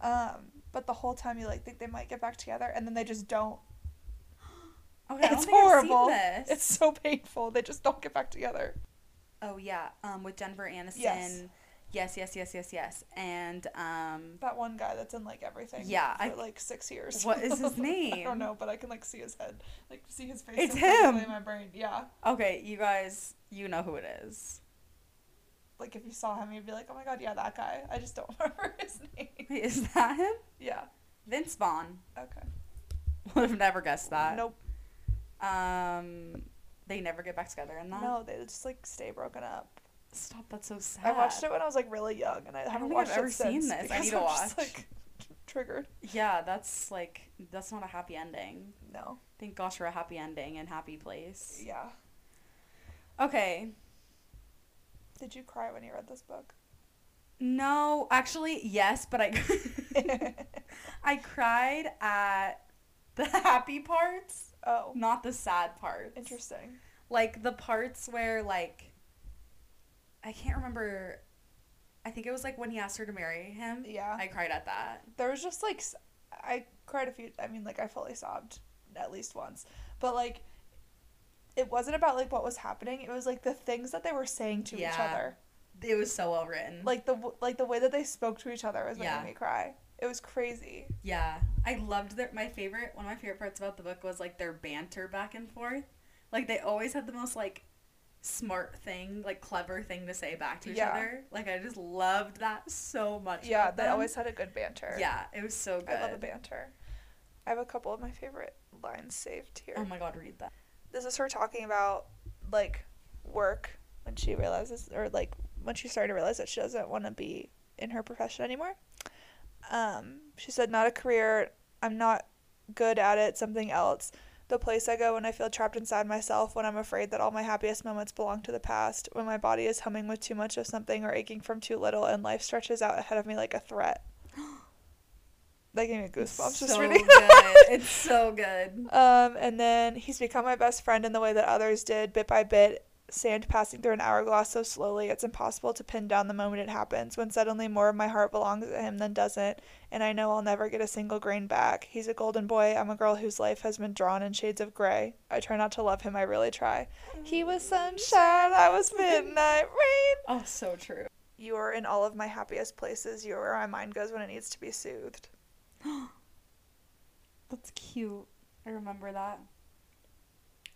[SPEAKER 1] Um, but the whole time you like think they might get back together and then they just don't.
[SPEAKER 2] Okay, I don't
[SPEAKER 1] It's
[SPEAKER 2] think I've seen
[SPEAKER 1] horrible.
[SPEAKER 2] this.
[SPEAKER 1] It's so painful. They just don't get back together.
[SPEAKER 2] Oh yeah, um, with Jennifer Aniston.
[SPEAKER 1] Yes.
[SPEAKER 2] Yes, yes, yes, yes, yes. And um,
[SPEAKER 1] That one guy that's in like everything.
[SPEAKER 2] Yeah,
[SPEAKER 1] For
[SPEAKER 2] I-
[SPEAKER 1] like six years.
[SPEAKER 2] What
[SPEAKER 1] [laughs]
[SPEAKER 2] is his
[SPEAKER 1] I don't
[SPEAKER 2] name?
[SPEAKER 1] know, but I can like see his head. Like see his face.
[SPEAKER 2] It's
[SPEAKER 1] so vividly
[SPEAKER 2] him!
[SPEAKER 1] In my brain. Yeah.
[SPEAKER 2] okay, you guys, you know who it is. [laughs]
[SPEAKER 1] Like if you saw him, you'd be like, oh my god, yeah, that guy. I just don't [laughs] remember his name.
[SPEAKER 2] Wait, is that him?
[SPEAKER 1] Yeah.
[SPEAKER 2] Vince Vaughn. [laughs]
[SPEAKER 1] Okay.
[SPEAKER 2] Would have never guessed that.
[SPEAKER 1] Nope.
[SPEAKER 2] Um, they never get back together in that.
[SPEAKER 1] No, they just like stay broken up.
[SPEAKER 2] Stop. That's so sad.
[SPEAKER 1] I watched it when I was like really young, and I,
[SPEAKER 2] don't
[SPEAKER 1] haven't
[SPEAKER 2] think I've
[SPEAKER 1] watched
[SPEAKER 2] ever
[SPEAKER 1] it
[SPEAKER 2] seen
[SPEAKER 1] since
[SPEAKER 2] this. I
[SPEAKER 1] because
[SPEAKER 2] need to
[SPEAKER 1] I'm just,
[SPEAKER 2] watch.
[SPEAKER 1] like [laughs] triggered.
[SPEAKER 2] Yeah, that's like that's not a happy ending.
[SPEAKER 1] No.
[SPEAKER 2] Thank gosh for a happy ending and happy place.
[SPEAKER 1] Yeah.
[SPEAKER 2] Okay.
[SPEAKER 1] Did you cry when you read this book? [laughs]
[SPEAKER 2] No, actually, yes, but I [laughs] I cried at the happy parts,
[SPEAKER 1] oh,
[SPEAKER 2] not the sad parts.
[SPEAKER 1] interesting.
[SPEAKER 2] Like the parts where like I can't remember I think it was like when he asked her to marry him.
[SPEAKER 1] Yeah.
[SPEAKER 2] I cried at that.
[SPEAKER 1] there was just like s- I cried a few. I mean, like I fully sobbed at least once, but like it wasn't about like what was happening. It was like the things that they were saying to each
[SPEAKER 2] Yeah.
[SPEAKER 1] other.
[SPEAKER 2] It was so well written.
[SPEAKER 1] Like the w- like the way that they spoke to each other was
[SPEAKER 2] Yeah.
[SPEAKER 1] making me cry. It was crazy.
[SPEAKER 2] Yeah, I loved their. My favorite, one of my favorite parts about the book was like their banter back and forth. Like they always had the most like smart thing, like clever thing to say back to each
[SPEAKER 1] Yeah.
[SPEAKER 2] other. Like I just loved that so much.
[SPEAKER 1] Yeah,
[SPEAKER 2] about
[SPEAKER 1] they
[SPEAKER 2] them.
[SPEAKER 1] always had a good banter.
[SPEAKER 2] Yeah, it was so good.
[SPEAKER 1] I love a banter. I have a couple of my favorite lines saved here.
[SPEAKER 2] Oh my god, read that.
[SPEAKER 1] this is her talking about like work when she realizes or like when she started to realize that she doesn't want to be in her profession anymore. Um, she said, "Not a career. I'm not good at it. Something else. The place I go when I feel trapped inside myself, when I'm afraid that all my happiest moments belong to the past, when my body is humming with too much of something or aching from too little, and life stretches out ahead of me like a threat."
[SPEAKER 2] [gasps]
[SPEAKER 1] That gave me goosebumps
[SPEAKER 2] so
[SPEAKER 1] just
[SPEAKER 2] good.
[SPEAKER 1] reading. [laughs]
[SPEAKER 2] it's so good.
[SPEAKER 1] Um, and then he's become my best friend in the way that others did, bit by bit, sand passing through an hourglass so slowly it's impossible to pin down the moment it happens when suddenly more of my heart belongs to him than doesn't and i know i'll never get a single grain back he's a golden boy i'm a girl whose life has been drawn in shades of gray i try not to love him i really try he was sunshine i was midnight rain
[SPEAKER 2] Oh, so true.
[SPEAKER 1] you are in all of my happiest places you are where my mind goes when it needs to be soothed
[SPEAKER 2] That's cute. I remember that.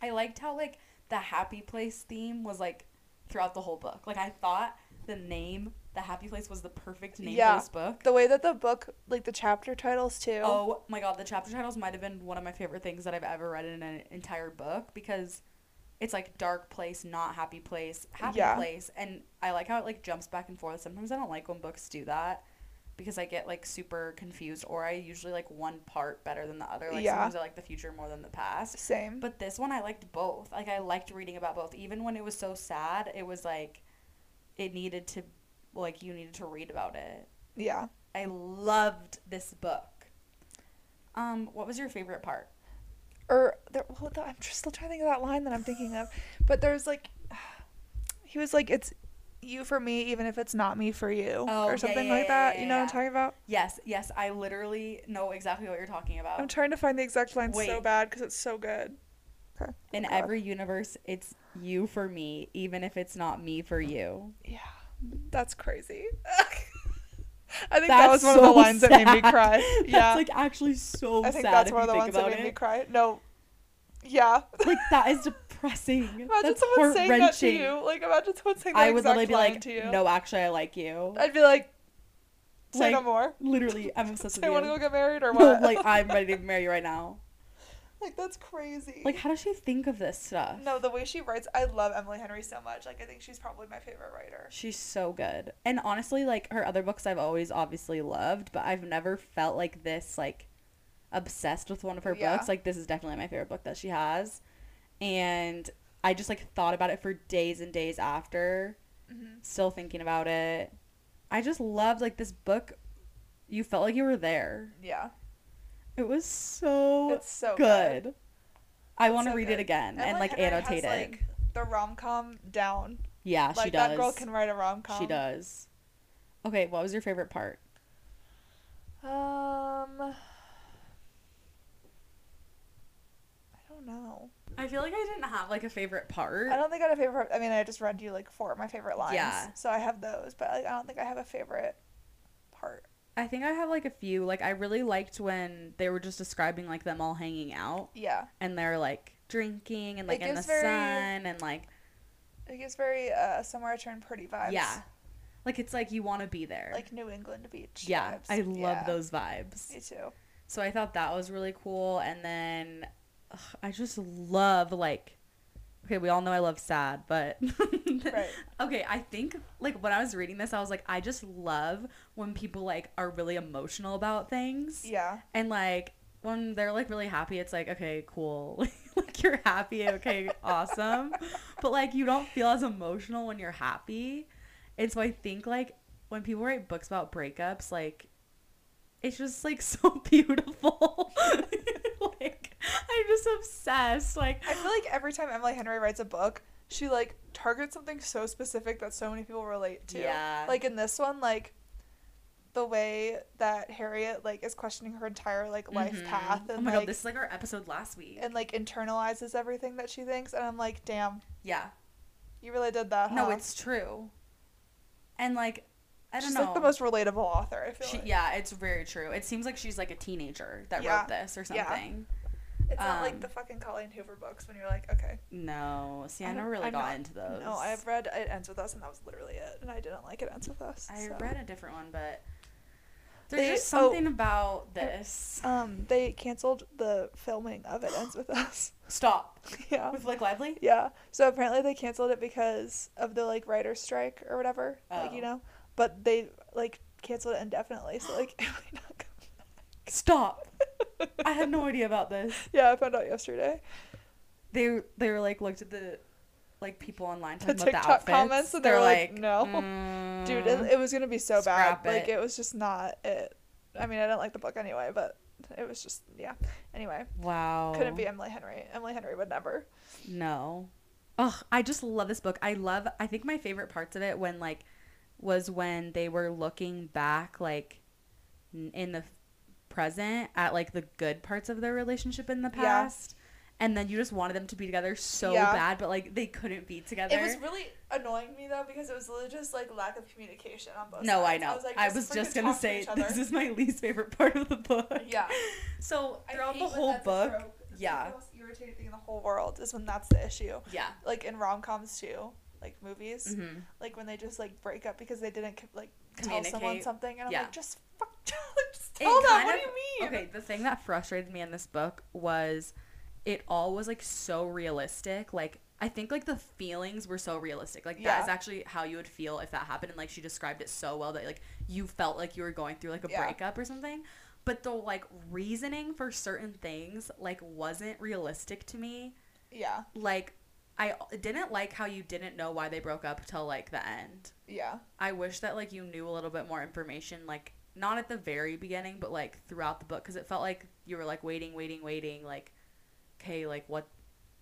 [SPEAKER 2] I liked how like the happy place theme was like throughout the whole book. Like I thought the name, the happy place was the perfect name
[SPEAKER 1] Yeah.
[SPEAKER 2] for this book.
[SPEAKER 1] the way that the book like the chapter titles too
[SPEAKER 2] Oh my god, the chapter titles might have been one of my favorite things that I've ever read in an entire book because it's like dark place, not happy place, happy
[SPEAKER 1] Yeah.
[SPEAKER 2] place, and I like how it like jumps back and forth. Sometimes I don't like when books do that because I get like super confused, or I usually like one part better than the other. Like
[SPEAKER 1] Yeah.
[SPEAKER 2] sometimes I like the future more than the past.
[SPEAKER 1] same
[SPEAKER 2] But this one I liked both. Like I liked reading about both, even when it was so sad. It was like it needed to, like you needed to read about it.
[SPEAKER 1] yeah
[SPEAKER 2] I loved this book. Um, what was your favorite part?
[SPEAKER 1] or there, well, the, I'm just still trying to think of that line that I'm thinking of, but there's like, [sighs] he was like, "It's you for me, even if it's not me for you,"
[SPEAKER 2] Oh, yeah,
[SPEAKER 1] or something
[SPEAKER 2] yeah,
[SPEAKER 1] like
[SPEAKER 2] yeah,
[SPEAKER 1] that.
[SPEAKER 2] yeah,
[SPEAKER 1] you know what I'm
[SPEAKER 2] yeah.
[SPEAKER 1] talking about?
[SPEAKER 2] Yes, yes, I literally know exactly what you're talking
[SPEAKER 1] I'm
[SPEAKER 2] about.
[SPEAKER 1] trying to find the exact line so
[SPEAKER 2] Wait.
[SPEAKER 1] bad because it's so good. Okay.
[SPEAKER 2] In
[SPEAKER 1] God.
[SPEAKER 2] every universe, it's you for me, even if it's not me for you.
[SPEAKER 1] Yeah, that's crazy. [laughs] I think that was one of the
[SPEAKER 2] so
[SPEAKER 1] lines that made me
[SPEAKER 2] sad.
[SPEAKER 1] cry. Yeah,
[SPEAKER 2] [laughs] That's like actually so
[SPEAKER 1] I think
[SPEAKER 2] sad
[SPEAKER 1] that's
[SPEAKER 2] if
[SPEAKER 1] one of the
[SPEAKER 2] you think
[SPEAKER 1] ones that
[SPEAKER 2] about
[SPEAKER 1] made me
[SPEAKER 2] it.
[SPEAKER 1] cry. No, yeah. [laughs]
[SPEAKER 2] [laughs] Like that is depressing.
[SPEAKER 1] Imagine
[SPEAKER 2] that's
[SPEAKER 1] someone saying that to
[SPEAKER 2] heart-wrenching.
[SPEAKER 1] you. Like imagine someone saying that
[SPEAKER 2] I would
[SPEAKER 1] exact
[SPEAKER 2] literally be
[SPEAKER 1] line
[SPEAKER 2] like,
[SPEAKER 1] to you.
[SPEAKER 2] no, actually, I
[SPEAKER 1] [laughs]
[SPEAKER 2] like you.
[SPEAKER 1] I'd be like, say no
[SPEAKER 2] Like,
[SPEAKER 1] more.
[SPEAKER 2] Literally,
[SPEAKER 1] [laughs]
[SPEAKER 2] I'm obsessed
[SPEAKER 1] Say,
[SPEAKER 2] with you.
[SPEAKER 1] want to go get married or
[SPEAKER 2] [laughs] no,
[SPEAKER 1] what? [laughs]
[SPEAKER 2] like I'm ready to marry you right now.
[SPEAKER 1] Like that's crazy.
[SPEAKER 2] Like, how does she think of this stuff?
[SPEAKER 1] no, the way she writes, I love Emily Henry so much. Like I think she's probably my favorite writer.
[SPEAKER 2] She's so good. And honestly, like her other books I've always obviously loved, but I've never felt like this like obsessed with one of her
[SPEAKER 1] Yeah.
[SPEAKER 2] books. Like this is definitely my favorite book that she has. And I just like thought about it for days and days after,
[SPEAKER 1] Mhm.
[SPEAKER 2] still thinking about it. I just loved like this book. You felt like you were there.
[SPEAKER 1] Yeah,
[SPEAKER 2] It was so
[SPEAKER 1] it's so good.
[SPEAKER 2] good. I
[SPEAKER 1] It's
[SPEAKER 2] want to
[SPEAKER 1] so
[SPEAKER 2] read
[SPEAKER 1] good.
[SPEAKER 2] it again and
[SPEAKER 1] Emily
[SPEAKER 2] like
[SPEAKER 1] Henry has,
[SPEAKER 2] annotate it.
[SPEAKER 1] like, the rom com down.
[SPEAKER 2] yeah,
[SPEAKER 1] like
[SPEAKER 2] she does.
[SPEAKER 1] that girl can write a rom com.
[SPEAKER 2] She does. Okay, what was your favorite part?
[SPEAKER 1] Um, I don't know.
[SPEAKER 2] I feel like I didn't have like a favorite part.
[SPEAKER 1] I don't think I had a favorite. I mean, I just read you like four of my favorite lines.
[SPEAKER 2] Yeah.
[SPEAKER 1] So I have those, but like, I don't think I have a favorite part.
[SPEAKER 2] I think I have like a few. Like I really liked when they were just describing like them all hanging out
[SPEAKER 1] Yeah,
[SPEAKER 2] and they're like drinking
[SPEAKER 1] It
[SPEAKER 2] and like in the
[SPEAKER 1] gives very-
[SPEAKER 2] sun and like
[SPEAKER 1] it gives very uh somewhere I turn pretty vibes.
[SPEAKER 2] yeah. Like it's like you want to be there.
[SPEAKER 1] like New England beach.
[SPEAKER 2] yeah,
[SPEAKER 1] vibes.
[SPEAKER 2] I love
[SPEAKER 1] Yeah.
[SPEAKER 2] those vibes.
[SPEAKER 1] Me too.
[SPEAKER 2] So I thought that was really cool and then ugh, I just love like Okay, we all know I love sad, but [laughs]
[SPEAKER 1] Right.
[SPEAKER 2] Okay, I think like when I was reading this, I was like, I just love when people like are really emotional about things.
[SPEAKER 1] Yeah.
[SPEAKER 2] And like when they're like really happy, it's like, okay, cool. [laughs] like you're happy, okay, awesome. But like you don't feel as emotional when you're happy. And so I think like when people write books about breakups, like it's just like [laughs] so beautiful. [laughs] like I'm just obsessed. Like
[SPEAKER 1] I feel like every time Emily Henry writes a book, she like targets something so specific that so many people relate to.
[SPEAKER 2] Yeah.
[SPEAKER 1] Like in this one, like the way that Harriet like is questioning her entire like life
[SPEAKER 2] Mhm.
[SPEAKER 1] path and
[SPEAKER 2] oh my
[SPEAKER 1] like
[SPEAKER 2] god, this is like our episode last week.
[SPEAKER 1] and like internalizes everything that she thinks and I'm like, damn,
[SPEAKER 2] yeah.
[SPEAKER 1] you really did that.
[SPEAKER 2] No,
[SPEAKER 1] huh?
[SPEAKER 2] it's true. And like I don't
[SPEAKER 1] She's
[SPEAKER 2] know.
[SPEAKER 1] like the most relatable author, I feel
[SPEAKER 2] She,
[SPEAKER 1] like.
[SPEAKER 2] yeah, it's very true. It seems like she's like a teenager that
[SPEAKER 1] Yeah.
[SPEAKER 2] wrote this or
[SPEAKER 1] Yeah.
[SPEAKER 2] something.
[SPEAKER 1] It's not
[SPEAKER 2] Um,
[SPEAKER 1] like the fucking Colleen Hoover books when you're like, okay.
[SPEAKER 2] No, see, I,
[SPEAKER 1] I'm-
[SPEAKER 2] never really
[SPEAKER 1] I'm
[SPEAKER 2] got
[SPEAKER 1] not-
[SPEAKER 2] into those.
[SPEAKER 1] No, I've read It Ends With Us and that was literally it. And I didn't like It Ends With Us.
[SPEAKER 2] I
[SPEAKER 1] so.
[SPEAKER 2] read a different one, but there's
[SPEAKER 1] They-
[SPEAKER 2] just
[SPEAKER 1] oh.
[SPEAKER 2] something about this.
[SPEAKER 1] Um, they canceled the filming of It Ends With
[SPEAKER 2] [laughs]
[SPEAKER 1] Us. [laughs]
[SPEAKER 2] Stop
[SPEAKER 1] yeah.
[SPEAKER 2] with Blake Lively.
[SPEAKER 1] Yeah. So apparently they canceled it because of the like writer's strike or whatever. Like,
[SPEAKER 2] Oh.
[SPEAKER 1] you know? But they like canceled it indefinitely. So like [laughs] it might not come.
[SPEAKER 2] Stop. I had no idea about this.
[SPEAKER 1] Yeah, I found out yesterday.
[SPEAKER 2] They they were like looked at the like people online
[SPEAKER 1] The
[SPEAKER 2] talking about the
[SPEAKER 1] TikTok
[SPEAKER 2] outfits.
[SPEAKER 1] comments, and they were like, "No."
[SPEAKER 2] mm,
[SPEAKER 1] Dude, it, it was gonna be so
[SPEAKER 2] Scrap
[SPEAKER 1] bad. Like
[SPEAKER 2] it.
[SPEAKER 1] it was just not it. I mean, I didn't like the book anyway, but it was just yeah. Anyway,
[SPEAKER 2] wow, Oh.
[SPEAKER 1] couldn't be Emily Henry. Emily Henry would never.
[SPEAKER 2] No. Ugh, I just love this book. I love I think my favorite parts of it when like was when they were looking back like n- in the present at like the good parts of their relationship in the
[SPEAKER 1] Yeah.
[SPEAKER 2] past. And then you just wanted them to be together so
[SPEAKER 1] Yeah.
[SPEAKER 2] bad, but like they couldn't be together.
[SPEAKER 1] It was really annoying me though because it was literally just like lack of communication on both
[SPEAKER 2] no, I
[SPEAKER 1] sides.
[SPEAKER 2] know. I was,
[SPEAKER 1] freaking
[SPEAKER 2] just gonna
[SPEAKER 1] talk to
[SPEAKER 2] say
[SPEAKER 1] each other.
[SPEAKER 2] [laughs] this is my least favorite part of the book.
[SPEAKER 1] [laughs] Yeah.
[SPEAKER 2] So
[SPEAKER 1] I
[SPEAKER 2] throughout
[SPEAKER 1] hate
[SPEAKER 2] the
[SPEAKER 1] when
[SPEAKER 2] whole
[SPEAKER 1] that's a
[SPEAKER 2] book,
[SPEAKER 1] trope. It's like
[SPEAKER 2] yeah.
[SPEAKER 1] the most irritating thing in the whole world is when that's the issue.
[SPEAKER 2] yeah.
[SPEAKER 1] Like in rom coms too, like movies,
[SPEAKER 2] Mm-hmm.
[SPEAKER 1] like when they just like break up because they didn't co- like tell someone
[SPEAKER 2] Communicate.
[SPEAKER 1] something, and I'm
[SPEAKER 2] Yeah.
[SPEAKER 1] like, just fuck, [laughs] just tell them.
[SPEAKER 2] kind
[SPEAKER 1] What
[SPEAKER 2] of-
[SPEAKER 1] do you mean?
[SPEAKER 2] Okay, the thing that frustrated me in this book was it all was like so realistic. Like I think like the feelings were so realistic. Like that
[SPEAKER 1] Yeah.
[SPEAKER 2] is actually how you would feel if that happened and like she described it so well that like you felt like you were going through like a
[SPEAKER 1] Yeah.
[SPEAKER 2] breakup or something. But the like reasoning for certain things like wasn't realistic to me.
[SPEAKER 1] Yeah,
[SPEAKER 2] Like I didn't like how you didn't know why they broke up till like the end.
[SPEAKER 1] yeah,
[SPEAKER 2] I wish that like you knew a little bit more information, like not at the very beginning, but like throughout the book, because it felt like you were like waiting, waiting, waiting, like, okay, like what,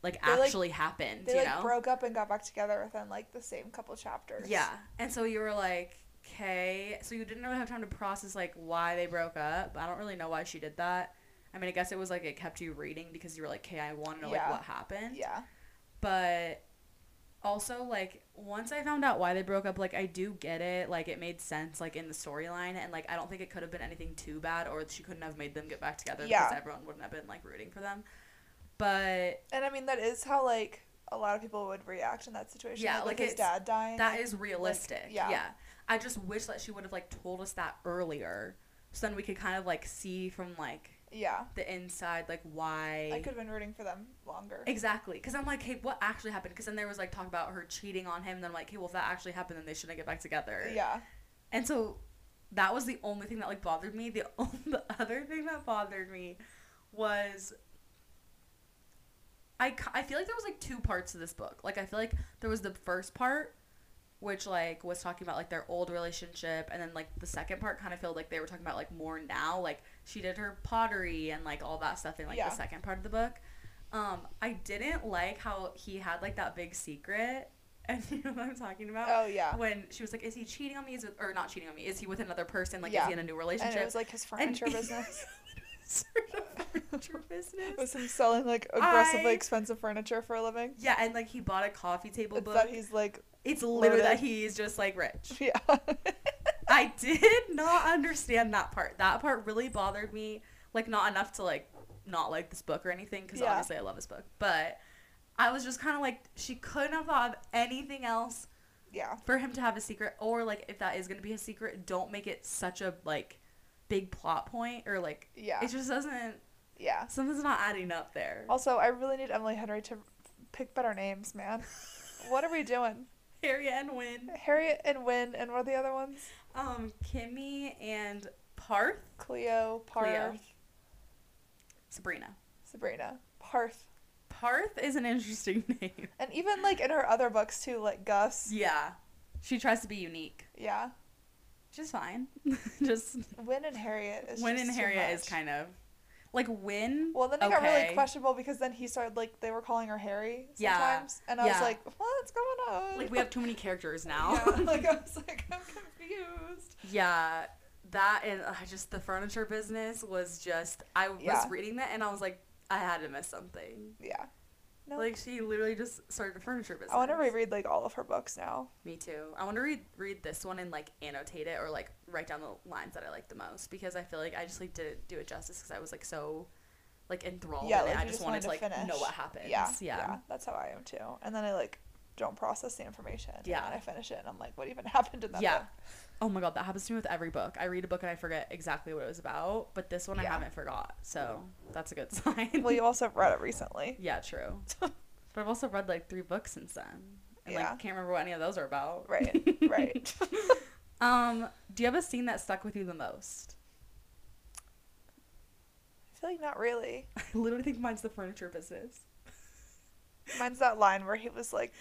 [SPEAKER 2] like
[SPEAKER 1] They, like-
[SPEAKER 2] actually happened,
[SPEAKER 1] they
[SPEAKER 2] you
[SPEAKER 1] like
[SPEAKER 2] know?
[SPEAKER 1] broke up and got back together within like the same couple chapters.
[SPEAKER 2] yeah, and so you were like, okay, so you didn't really have time to process like why they broke up. I don't really know why she did that. I mean, I guess it was like it kept you reading because you were like, okay, I want to know
[SPEAKER 1] Yeah.
[SPEAKER 2] like what happened.
[SPEAKER 1] yeah,
[SPEAKER 2] but also like once i found out why they broke up like i do get it like it made sense like in the storyline and like i don't think it could have been anything too bad or she couldn't have made them get back together
[SPEAKER 1] Yeah.
[SPEAKER 2] because everyone wouldn't have been like rooting for them but
[SPEAKER 1] and I mean that is how like a lot of people would react in that situation.
[SPEAKER 2] Yeah,
[SPEAKER 1] like,
[SPEAKER 2] like,
[SPEAKER 1] with his
[SPEAKER 2] it's-
[SPEAKER 1] dad dying.
[SPEAKER 2] that
[SPEAKER 1] like,
[SPEAKER 2] is realistic yeah.
[SPEAKER 1] yeah.
[SPEAKER 2] i just wish that she would have like told us that earlier so then we could kind of like see from like
[SPEAKER 1] yeah.
[SPEAKER 2] the inside like why
[SPEAKER 1] I could have been rooting for them longer.
[SPEAKER 2] Exactly, because I'm like, hey, what actually happened? Because then there was like talk about her cheating on him, and then I'm like, hey, well, if that actually happened, then they shouldn't get back together.
[SPEAKER 1] Yeah.
[SPEAKER 2] And so that was the only thing that like bothered me. The, [laughs] o- the other thing that bothered me was I, ki- I feel like there was like two parts to this book. Like I feel like there was the first part which like was talking about like their old relationship and then like the second part kind of felt like they were talking about like more now like she did her pottery and like all that stuff in like
[SPEAKER 1] Yeah.
[SPEAKER 2] the second part of the book. Um I didn't like how he had like that big secret [laughs] and you know what I'm talking about?
[SPEAKER 1] Oh yeah.
[SPEAKER 2] when she was like, "Is he cheating on me? Is it, or not cheating on me? Is he with another person? Like, is
[SPEAKER 1] Yeah.
[SPEAKER 2] he in a new
[SPEAKER 1] And
[SPEAKER 2] relationship?"
[SPEAKER 1] it was like his furniture
[SPEAKER 2] [laughs] And-
[SPEAKER 1] business.
[SPEAKER 2] Sort of
[SPEAKER 1] [laughs]
[SPEAKER 2] furniture business.
[SPEAKER 1] It was him selling like aggressively
[SPEAKER 2] I-
[SPEAKER 1] expensive furniture for a living.
[SPEAKER 2] yeah, and like he bought a coffee table
[SPEAKER 1] It's
[SPEAKER 2] book.
[SPEAKER 1] that he's like [laughs]
[SPEAKER 2] it's literally that
[SPEAKER 1] loaded.
[SPEAKER 2] he's just like rich.
[SPEAKER 1] yeah.
[SPEAKER 2] I did [laughs] not understand that part. That part really bothered me. Like not enough to like not like this book or anything because
[SPEAKER 1] Yeah.
[SPEAKER 2] obviously I love this book, but I was just kind of like she couldn't have thought of anything else
[SPEAKER 1] yeah.
[SPEAKER 2] for him to have a secret or like if that is going to be a secret don't make it such a like big plot point or like
[SPEAKER 1] Yeah.
[SPEAKER 2] it just doesn't
[SPEAKER 1] Yeah.
[SPEAKER 2] something's not adding up there
[SPEAKER 1] Also, I really need Emily Henry to pick better names, man. What
[SPEAKER 2] [laughs]
[SPEAKER 1] are we doing?
[SPEAKER 2] harriet and win
[SPEAKER 1] [laughs] Harriet and Wynn and what are the other ones?
[SPEAKER 2] um kimmy and parth
[SPEAKER 1] Cleo, Parth,
[SPEAKER 2] Cleo. sabrina
[SPEAKER 1] Sabrina. Parth.
[SPEAKER 2] parth is an interesting [laughs] name
[SPEAKER 1] And even like in her other books too, like Gus.
[SPEAKER 2] yeah she tries to be unique
[SPEAKER 1] Yeah.
[SPEAKER 2] which is fine [laughs] just
[SPEAKER 1] Wynn and Harriet is
[SPEAKER 2] win
[SPEAKER 1] just
[SPEAKER 2] and
[SPEAKER 1] too
[SPEAKER 2] harriet is
[SPEAKER 1] much.
[SPEAKER 2] kind of like win
[SPEAKER 1] Well, then it got really
[SPEAKER 2] okay.
[SPEAKER 1] questionable because then he started like they were calling her Harry
[SPEAKER 2] Yeah.
[SPEAKER 1] sometimes, and I
[SPEAKER 2] Yeah.
[SPEAKER 1] was like, "What's going on?"
[SPEAKER 2] like we have too many characters now
[SPEAKER 1] [laughs] Yeah, [laughs] like I was like, I'm confused.
[SPEAKER 2] Yeah, that and uh, just the furniture business was just I was
[SPEAKER 1] Yeah.
[SPEAKER 2] reading that and I was like I had to miss something.
[SPEAKER 1] Yeah, no.
[SPEAKER 2] Like she literally just started a furniture business.
[SPEAKER 1] I want to reread like all of her books now.
[SPEAKER 2] Me too. I want to read read this one and like annotate it or like write down the lines that I like the most because I feel like I just like didn't do it justice because I was like so like enthralled.
[SPEAKER 1] Yeah,
[SPEAKER 2] in it.
[SPEAKER 1] like,
[SPEAKER 2] I
[SPEAKER 1] you
[SPEAKER 2] just,
[SPEAKER 1] just
[SPEAKER 2] wanted to like
[SPEAKER 1] wanted to
[SPEAKER 2] know
[SPEAKER 1] finish.
[SPEAKER 2] what happens.
[SPEAKER 1] Yeah,
[SPEAKER 2] yeah.
[SPEAKER 1] that's how I am too. And then I like don't process the information.
[SPEAKER 2] Yeah.
[SPEAKER 1] and then I finish it, and I'm like, what even [laughs] happened in that?
[SPEAKER 2] Yeah.
[SPEAKER 1] book?
[SPEAKER 2] Oh my god, that happens to me with every book. I read a book and I forget exactly what it was about, but this one I
[SPEAKER 1] Yeah.
[SPEAKER 2] haven't forgot. So that's a good [laughs] sign.
[SPEAKER 1] Well, you also have read it
[SPEAKER 2] [laughs]
[SPEAKER 1] recently.
[SPEAKER 2] Yeah,
[SPEAKER 1] [laughs]
[SPEAKER 2] true. but I've also read like three books since then. And
[SPEAKER 1] Yeah.
[SPEAKER 2] like can't remember what any of those are about.
[SPEAKER 1] Right, right.
[SPEAKER 2] [laughs] Um, do you have a scene that stuck with you the most? [laughs]
[SPEAKER 1] I feel like not really.
[SPEAKER 2] I literally think mine's the furniture business.
[SPEAKER 1] Mine's that line where he was like,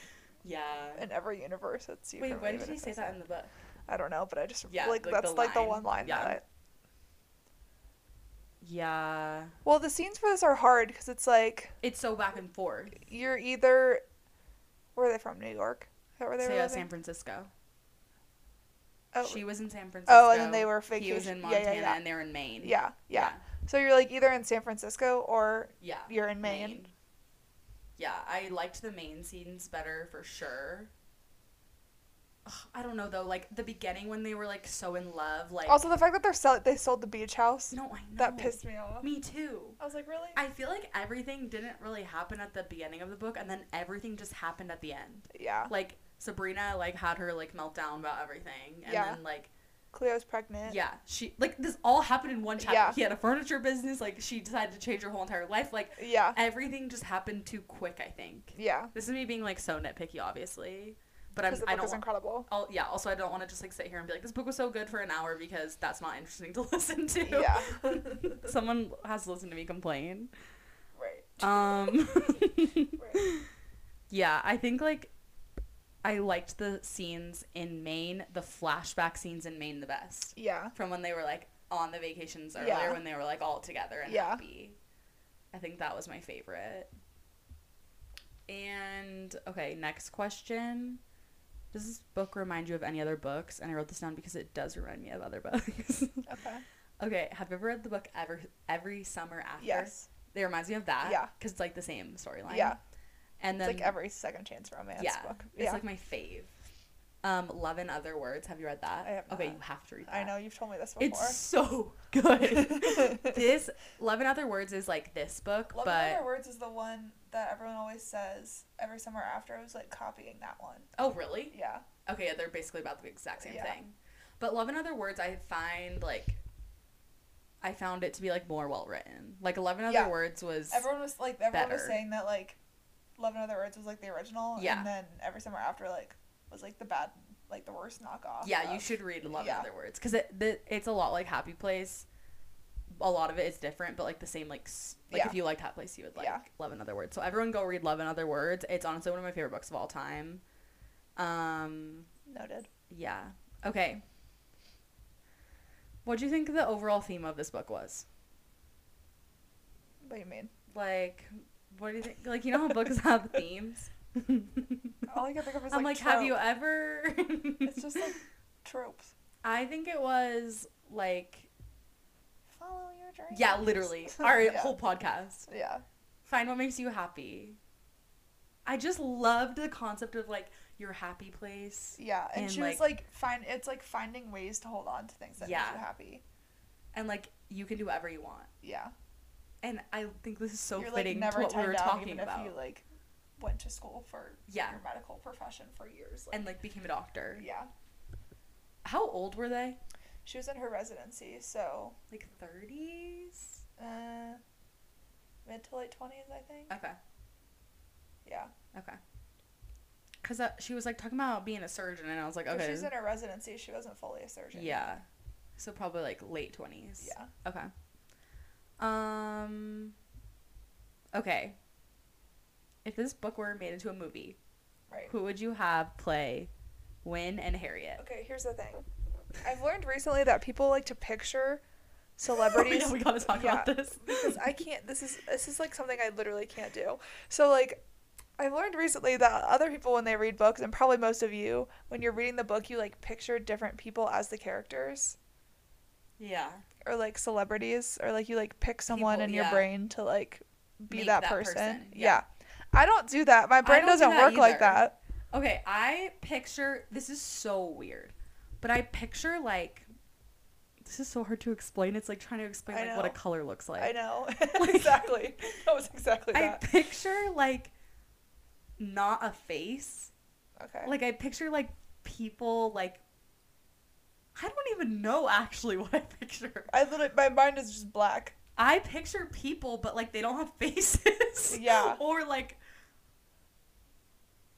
[SPEAKER 2] Yeah.
[SPEAKER 1] in every universe, it's you.
[SPEAKER 2] Wait,
[SPEAKER 1] from
[SPEAKER 2] when
[SPEAKER 1] even
[SPEAKER 2] did he
[SPEAKER 1] if
[SPEAKER 2] say
[SPEAKER 1] it's-
[SPEAKER 2] that in the book?
[SPEAKER 1] I don't know, but I just
[SPEAKER 2] Yeah,
[SPEAKER 1] like,
[SPEAKER 2] like, the
[SPEAKER 1] that's like the
[SPEAKER 2] line.
[SPEAKER 1] one line
[SPEAKER 2] Yeah.
[SPEAKER 1] that I,
[SPEAKER 2] Yeah.
[SPEAKER 1] Well, the scenes for this are hard because it's like
[SPEAKER 2] It's so back and forth.
[SPEAKER 1] you're either Where are they from? New York? Is that where they
[SPEAKER 2] So
[SPEAKER 1] were?
[SPEAKER 2] yeah,
[SPEAKER 1] living?
[SPEAKER 2] uh, San Francisco.
[SPEAKER 1] oh.
[SPEAKER 2] She was in San Francisco.
[SPEAKER 1] oh, and then they were
[SPEAKER 2] He was in
[SPEAKER 1] vacation-
[SPEAKER 2] Montana,
[SPEAKER 1] yeah, yeah, yeah.
[SPEAKER 2] and they're in Maine.
[SPEAKER 1] yeah, yeah. So you're like either in San Francisco or
[SPEAKER 2] Yeah. yeah.
[SPEAKER 1] you're in Maine.
[SPEAKER 2] Yeah, I liked the Maine scenes better for sure. Ugh, I don't know though, like the beginning when they were like so in love, like
[SPEAKER 1] Also, the fact that they're sell- they sold the beach house
[SPEAKER 2] no, I know
[SPEAKER 1] that pissed me off.
[SPEAKER 2] me too.
[SPEAKER 1] I was like, really?
[SPEAKER 2] I feel like everything didn't really happen at the beginning of the book, and then everything just happened at the end.
[SPEAKER 1] yeah,
[SPEAKER 2] Like Sabrina like had her like meltdown about everything, and
[SPEAKER 1] Yeah.
[SPEAKER 2] then like
[SPEAKER 1] Cleo's pregnant.
[SPEAKER 2] yeah, she like this all happened in one chapter.
[SPEAKER 1] Yeah.
[SPEAKER 2] He had a furniture business, like she decided to change her whole entire life. Like
[SPEAKER 1] yeah,
[SPEAKER 2] everything just happened too quick. I think
[SPEAKER 1] yeah.
[SPEAKER 2] this is me being like so nitpicky, obviously, but I'm
[SPEAKER 1] Because the
[SPEAKER 2] I
[SPEAKER 1] book
[SPEAKER 2] don't.
[SPEAKER 1] is
[SPEAKER 2] Want,
[SPEAKER 1] incredible.
[SPEAKER 2] I'll, yeah. Also, I don't want to just like sit here and be like this book was so good for an hour because that's not interesting to [laughs] listen to.
[SPEAKER 1] Yeah. [laughs]
[SPEAKER 2] Someone has to listen to me complain.
[SPEAKER 1] Right.
[SPEAKER 2] Um, [laughs]
[SPEAKER 1] Right.
[SPEAKER 2] yeah, I think like I liked the scenes in Maine, the flashback scenes in Maine the best
[SPEAKER 1] Yeah.
[SPEAKER 2] from when they were like on the vacations earlier
[SPEAKER 1] Yeah.
[SPEAKER 2] when they were like all together and
[SPEAKER 1] Yeah.
[SPEAKER 2] happy. I think that was my favorite. And okay, next question. Does this book remind you of any other books? And I wrote this down because it does remind me of other [laughs] books.
[SPEAKER 1] Okay.
[SPEAKER 2] okay, have you ever read the book Ever Every Summer After?
[SPEAKER 1] Yes.
[SPEAKER 2] It reminds me of that.
[SPEAKER 1] Yeah.
[SPEAKER 2] Because it's like the same storyline.
[SPEAKER 1] Yeah.
[SPEAKER 2] And then
[SPEAKER 1] it's like every second chance romance
[SPEAKER 2] yeah,
[SPEAKER 1] book.
[SPEAKER 2] it's
[SPEAKER 1] yeah.
[SPEAKER 2] like my fave. Um, Love in Other Words. Have you read that?
[SPEAKER 1] I have
[SPEAKER 2] Okay,
[SPEAKER 1] not.
[SPEAKER 2] you have to read that.
[SPEAKER 1] I know you've told me this before.
[SPEAKER 2] It's so [laughs]
[SPEAKER 1] [laughs]
[SPEAKER 2] good. this Love in Other Words is like this book,
[SPEAKER 1] Love
[SPEAKER 2] but
[SPEAKER 1] in Other Words is the one that everyone always says every summer after. I was like copying that one.
[SPEAKER 2] oh really?
[SPEAKER 1] Yeah.
[SPEAKER 2] Okay, yeah, they're basically about the exact same
[SPEAKER 1] Yeah.
[SPEAKER 2] thing. But Love in Other Words, I find like. I found it to be like more well written. Like Love in Other
[SPEAKER 1] Yeah.
[SPEAKER 2] Words was
[SPEAKER 1] Everyone was like, everyone was
[SPEAKER 2] Better.
[SPEAKER 1] saying that like, Love in Other Words was like the original.
[SPEAKER 2] Yeah.
[SPEAKER 1] And then every summer after like was like the bad, like the worst knockoff.
[SPEAKER 2] Yeah, you
[SPEAKER 1] of-
[SPEAKER 2] should read Love
[SPEAKER 1] yeah.
[SPEAKER 2] in Other Words because it the, it's a lot like Happy Place. A lot of it is different, but like the same like s- like
[SPEAKER 1] Yeah.
[SPEAKER 2] if you liked Happy Place, you would like
[SPEAKER 1] Yeah.
[SPEAKER 2] Love in Other Words. So everyone go read Love in Other Words. It's honestly one of my favorite books of all time. Um,
[SPEAKER 1] Noted.
[SPEAKER 2] yeah. Okay. What do you think the overall theme of this book was?
[SPEAKER 1] What do you
[SPEAKER 2] [laughs]
[SPEAKER 1] mean?
[SPEAKER 2] Like, what do you think? Like, you know how books
[SPEAKER 1] [laughs]
[SPEAKER 2] have themes.
[SPEAKER 1] All I can think of is like,
[SPEAKER 2] I'm like, have you
[SPEAKER 1] trope.
[SPEAKER 2] ever? [laughs]
[SPEAKER 1] It's just like tropes.
[SPEAKER 2] I think it was like
[SPEAKER 1] Follow your dreams.
[SPEAKER 2] Yeah,
[SPEAKER 1] [laughs]
[SPEAKER 2] literally. Our
[SPEAKER 1] yeah.
[SPEAKER 2] whole podcast.
[SPEAKER 1] Yeah.
[SPEAKER 2] Find what makes you happy. I just loved the concept of like your happy place
[SPEAKER 1] Yeah, and,
[SPEAKER 2] And,
[SPEAKER 1] she was like find it's like finding ways to hold on to things that
[SPEAKER 2] Yeah.
[SPEAKER 1] make you happy.
[SPEAKER 2] and like you can do whatever you want.
[SPEAKER 1] Yeah.
[SPEAKER 2] And I think this is so
[SPEAKER 1] You're like
[SPEAKER 2] fitting
[SPEAKER 1] never
[SPEAKER 2] to what we
[SPEAKER 1] tied
[SPEAKER 2] were
[SPEAKER 1] down
[SPEAKER 2] talking
[SPEAKER 1] even
[SPEAKER 2] about.
[SPEAKER 1] if you like went to school for
[SPEAKER 2] Yeah.
[SPEAKER 1] your medical profession for years.
[SPEAKER 2] and like became a doctor.
[SPEAKER 1] yeah.
[SPEAKER 2] How old were they?
[SPEAKER 1] She was in her residency, so
[SPEAKER 2] Like 30s?
[SPEAKER 1] uh mid to late twenties, I think.
[SPEAKER 2] Okay.
[SPEAKER 1] Yeah.
[SPEAKER 2] Okay. Cuz uh, she was like talking about being a surgeon and I was like,
[SPEAKER 1] If
[SPEAKER 2] okay.
[SPEAKER 1] Oh, She's in her residency, she wasn't fully a surgeon.
[SPEAKER 2] yeah. So probably like late 20s.
[SPEAKER 1] Yeah.
[SPEAKER 2] Okay. Um. Okay. If this book were made into a movie,
[SPEAKER 1] Right.
[SPEAKER 2] who would you have play Win and Harriet?
[SPEAKER 1] Okay, here's the thing. I've learned recently that people like to
[SPEAKER 2] [laughs]
[SPEAKER 1] picture celebrities
[SPEAKER 2] I know, [laughs] we gotta talk
[SPEAKER 1] Yeah.
[SPEAKER 2] about this.
[SPEAKER 1] because I can't. This is this is like something I literally can't do. So like, I've learned recently that other people when they read books, and probably most of you, when you're reading the book, you like picture different people as the characters
[SPEAKER 2] [laughs] yeah.
[SPEAKER 1] or like celebrities, or like you like pick someone
[SPEAKER 2] People,
[SPEAKER 1] in your
[SPEAKER 2] yeah.
[SPEAKER 1] brain to like be
[SPEAKER 2] Make
[SPEAKER 1] that,
[SPEAKER 2] that
[SPEAKER 1] person.
[SPEAKER 2] person,
[SPEAKER 1] Yeah. I don't do that. My brain
[SPEAKER 2] don't do
[SPEAKER 1] doesn't
[SPEAKER 2] that
[SPEAKER 1] work like
[SPEAKER 2] either.
[SPEAKER 1] that.
[SPEAKER 2] Okay, I picture this is so weird, but I picture like this is so hard to explain. It's like trying to explain
[SPEAKER 1] I
[SPEAKER 2] like what a
[SPEAKER 1] know.
[SPEAKER 2] color looks like.
[SPEAKER 1] I
[SPEAKER 2] [laughs]
[SPEAKER 1] know [laughs] exactly. That was exactly
[SPEAKER 2] I
[SPEAKER 1] that.
[SPEAKER 2] picture like not a face.
[SPEAKER 1] Okay.
[SPEAKER 2] like I picture like people like I don't even know actually [laughs] what I picture.
[SPEAKER 1] I literally, my mind is just black.
[SPEAKER 2] I picture people but like they don't have faces.
[SPEAKER 1] Yeah.
[SPEAKER 2] [laughs] or like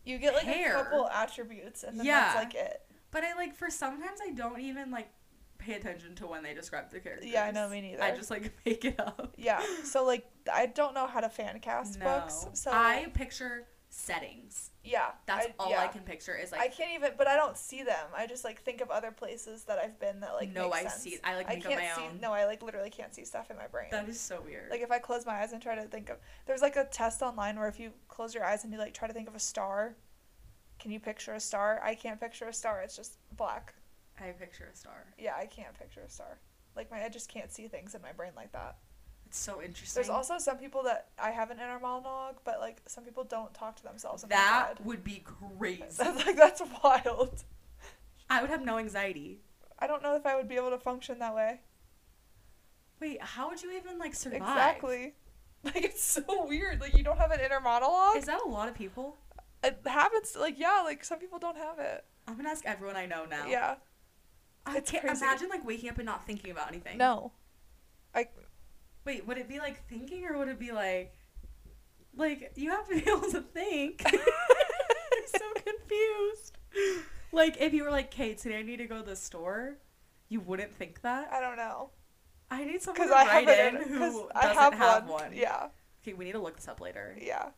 [SPEAKER 1] You get like
[SPEAKER 2] Hair.
[SPEAKER 1] a couple attributes, and then
[SPEAKER 2] Yeah.
[SPEAKER 1] that's like it.
[SPEAKER 2] but I like for sometimes I don't even like pay attention to when they describe their characters.
[SPEAKER 1] Yeah, I know, me neither.
[SPEAKER 2] I just like [laughs] make it up.
[SPEAKER 1] Yeah. So like I don't know how to fan cast books.
[SPEAKER 2] No.
[SPEAKER 1] So
[SPEAKER 2] I picture settings.
[SPEAKER 1] yeah.
[SPEAKER 2] That's
[SPEAKER 1] I,
[SPEAKER 2] all
[SPEAKER 1] yeah.
[SPEAKER 2] I can picture is like
[SPEAKER 1] I can't even but I don't see them. I just like think of other places that I've been that like
[SPEAKER 2] no
[SPEAKER 1] make
[SPEAKER 2] I
[SPEAKER 1] sense.
[SPEAKER 2] see I like
[SPEAKER 1] I
[SPEAKER 2] make up
[SPEAKER 1] can't
[SPEAKER 2] my
[SPEAKER 1] see
[SPEAKER 2] own.
[SPEAKER 1] no, I like literally can't see stuff in my brain.
[SPEAKER 2] That is so weird.
[SPEAKER 1] like if I close my eyes and try to think of there's like a test online where if you close your eyes and you like try to think of a star Can you picture a star? I can't picture a star. It's just black.
[SPEAKER 2] I picture a star.
[SPEAKER 1] Yeah, I can't picture a star. Like my I just can't see things in my brain like that.
[SPEAKER 2] It's so interesting.
[SPEAKER 1] There's also some people that I have an inner monologue, but like some people don't talk to themselves in
[SPEAKER 2] that
[SPEAKER 1] [laughs] their
[SPEAKER 2] would be crazy.
[SPEAKER 1] [laughs] head. That's like that's wild.
[SPEAKER 2] I would have no anxiety.
[SPEAKER 1] I don't know if I would be able to function that way.
[SPEAKER 2] Wait, how would you even like survive?
[SPEAKER 1] Exactly. [laughs] Like it's so weird. Like you don't have an inner monologue.
[SPEAKER 2] Is that a lot of people?
[SPEAKER 1] it happens. Like yeah, like some people don't have it.
[SPEAKER 2] I'm gonna ask everyone I know now.
[SPEAKER 1] Yeah.
[SPEAKER 2] I
[SPEAKER 1] It's
[SPEAKER 2] can't
[SPEAKER 1] crazy.
[SPEAKER 2] imagine like waking up and not thinking about anything.
[SPEAKER 1] [laughs] No.
[SPEAKER 2] Wait, would it be like thinking or would it be like like you have to be able to think? [laughs] I'm so confused. Like if you were like, Kate, today I need to go to the store, you wouldn't think that.
[SPEAKER 1] I don't
[SPEAKER 2] [laughs]
[SPEAKER 1] know.
[SPEAKER 2] I need someone
[SPEAKER 1] Because
[SPEAKER 2] to
[SPEAKER 1] I
[SPEAKER 2] write
[SPEAKER 1] have it.
[SPEAKER 2] in who
[SPEAKER 1] Because
[SPEAKER 2] doesn't
[SPEAKER 1] I have, one.
[SPEAKER 2] one.
[SPEAKER 1] Yeah.
[SPEAKER 2] Okay, we need to look this up later.
[SPEAKER 1] Yeah.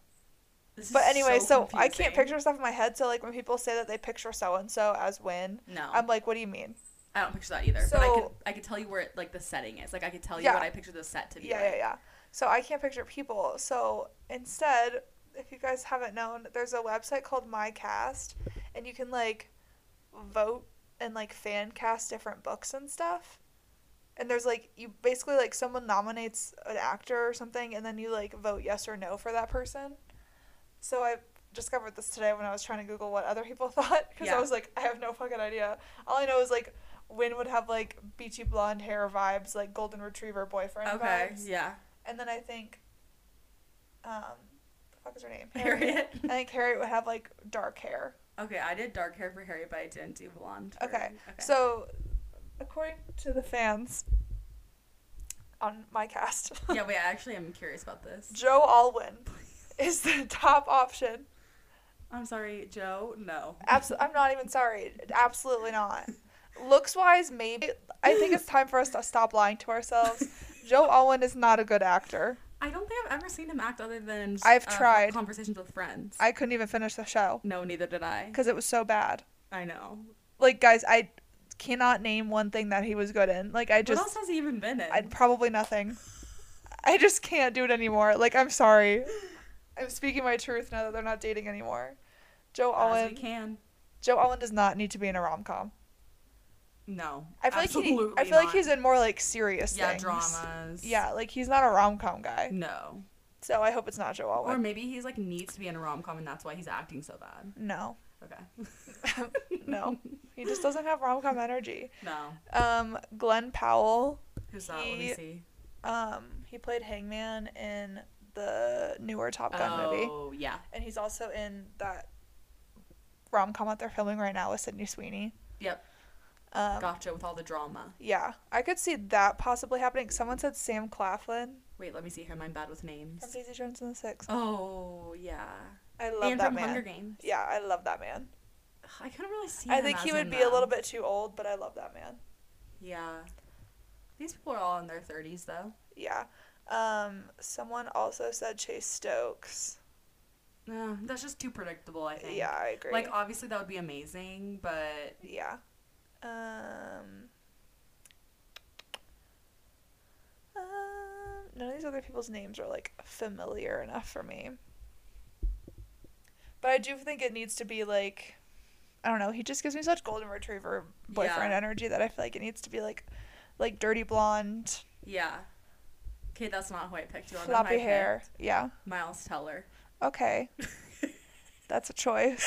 [SPEAKER 2] This is
[SPEAKER 1] But anyway, so, I can't
[SPEAKER 2] confusing.
[SPEAKER 1] picture stuff in my head. So like when people say that they picture so and so as when,
[SPEAKER 2] No,
[SPEAKER 1] I'm like, what do you mean?
[SPEAKER 2] I don't picture that either. but I could
[SPEAKER 1] So-
[SPEAKER 2] I could tell you where it, like the setting is. Like I could tell you
[SPEAKER 1] Yeah.
[SPEAKER 2] what I picture the set to be.
[SPEAKER 1] Yeah,
[SPEAKER 2] like.
[SPEAKER 1] yeah, yeah. So I can't picture people. So instead, if you guys haven't known, there's a website called MyCast, and you can like vote and like fan cast different books and stuff. And there's like you basically like someone nominates an actor or something, and then you like vote yes or no for that person. So I discovered this today when I was trying to Google what other people [laughs] thought because
[SPEAKER 2] Yeah.
[SPEAKER 1] I was like, I have no fucking idea. All I know is like. Wynn would have like beachy blonde hair vibes, like golden retriever boyfriend
[SPEAKER 2] Okay.
[SPEAKER 1] vibes.
[SPEAKER 2] Yeah.
[SPEAKER 1] And then I think, um, the fuck is her name?
[SPEAKER 2] Harriet.
[SPEAKER 1] [laughs] I think Harriet would have like dark hair.
[SPEAKER 2] okay, I did dark hair for Harry, but I didn't do blonde. for-
[SPEAKER 1] Okay. So, according to the fans on my cast, [laughs]
[SPEAKER 2] yeah, wait. I actually am curious about this.
[SPEAKER 1] Joe Alwyn is the top option.
[SPEAKER 2] I'm sorry, Joe. No.
[SPEAKER 1] Abs- I'm not even sorry. Absolutely not. Looks wise, maybe. I think it's time for us to stop lying to
[SPEAKER 2] [laughs]
[SPEAKER 1] ourselves. Joe Alwyn is not a good actor.
[SPEAKER 2] I don't think I've ever seen him act other than just,
[SPEAKER 1] I've
[SPEAKER 2] uh,
[SPEAKER 1] tried.
[SPEAKER 2] conversations with friends.
[SPEAKER 1] I couldn't even finish the show
[SPEAKER 2] no, neither did I.
[SPEAKER 1] because it was so bad.
[SPEAKER 2] I know.
[SPEAKER 1] like guys i cannot name one thing that he was good in like i
[SPEAKER 2] what else
[SPEAKER 1] just
[SPEAKER 2] has he even been in?
[SPEAKER 1] i probably nothing i just can't do it anymore like i'm sorry i'm speaking my truth now that they're not dating anymore joe
[SPEAKER 2] As we
[SPEAKER 1] allen
[SPEAKER 2] can.
[SPEAKER 1] joe allen does not need to be in a rom-com
[SPEAKER 2] No.
[SPEAKER 1] i feel like
[SPEAKER 2] absolutely
[SPEAKER 1] he, i feel like
[SPEAKER 2] not.
[SPEAKER 1] he's in more like serious
[SPEAKER 2] yeah
[SPEAKER 1] things.
[SPEAKER 2] dramas.
[SPEAKER 1] yeah like he's not a rom-com guy
[SPEAKER 2] No.
[SPEAKER 1] so i hope it's not joe
[SPEAKER 2] Or
[SPEAKER 1] allen
[SPEAKER 2] maybe he's like needs to be in a rom com and that's why he's acting so bad.
[SPEAKER 1] no
[SPEAKER 2] Okay.
[SPEAKER 1] [laughs] no he just doesn't have rom-com energy
[SPEAKER 2] [laughs] No.
[SPEAKER 1] um glenn powell
[SPEAKER 2] Who's that? Let me
[SPEAKER 1] He-
[SPEAKER 2] see.
[SPEAKER 1] Um, he played Hangman in the newer Top Gun movie,
[SPEAKER 2] oh yeah.
[SPEAKER 1] and he's also in that rom com that they're filming right now with Sydney Sweeney.
[SPEAKER 2] Yep.
[SPEAKER 1] Um,
[SPEAKER 2] Gotcha with all the drama.
[SPEAKER 1] yeah, I could see that possibly happening. Someone said Sam Claflin
[SPEAKER 2] Wait, let me see here. I'm bad with names.
[SPEAKER 1] from Daisy Jones and the Six.
[SPEAKER 2] Oh yeah.
[SPEAKER 1] I love
[SPEAKER 2] and
[SPEAKER 1] that
[SPEAKER 2] from
[SPEAKER 1] man.
[SPEAKER 2] Hunger Games.
[SPEAKER 1] Yeah, I love that man.
[SPEAKER 2] Ugh, I couldn't really see.
[SPEAKER 1] I
[SPEAKER 2] him
[SPEAKER 1] think he
[SPEAKER 2] as
[SPEAKER 1] would
[SPEAKER 2] him,
[SPEAKER 1] be a
[SPEAKER 2] though.
[SPEAKER 1] little bit too old, but I love that man.
[SPEAKER 2] Yeah. These people are all in their thirties though.
[SPEAKER 1] Yeah. Um, someone also said Chase Stokes.
[SPEAKER 2] Ugh, that's just too predictable. I think.
[SPEAKER 1] Yeah, I agree.
[SPEAKER 2] Like obviously that would be amazing, but
[SPEAKER 1] Yeah. Um, um, none of these other people's names are like familiar enough for me. But I do think it needs to be like, I don't know. He just gives me such golden retriever boyfriend
[SPEAKER 2] Yeah.
[SPEAKER 1] energy that I feel like it needs to be like, like dirty blonde,
[SPEAKER 2] yeah. Okay, that's not who I picked. You wanna know who I
[SPEAKER 1] floppy hair.
[SPEAKER 2] picked?
[SPEAKER 1] Yeah. [laughs]
[SPEAKER 2] Miles Teller. [laughs]
[SPEAKER 1] Okay. That's a choice.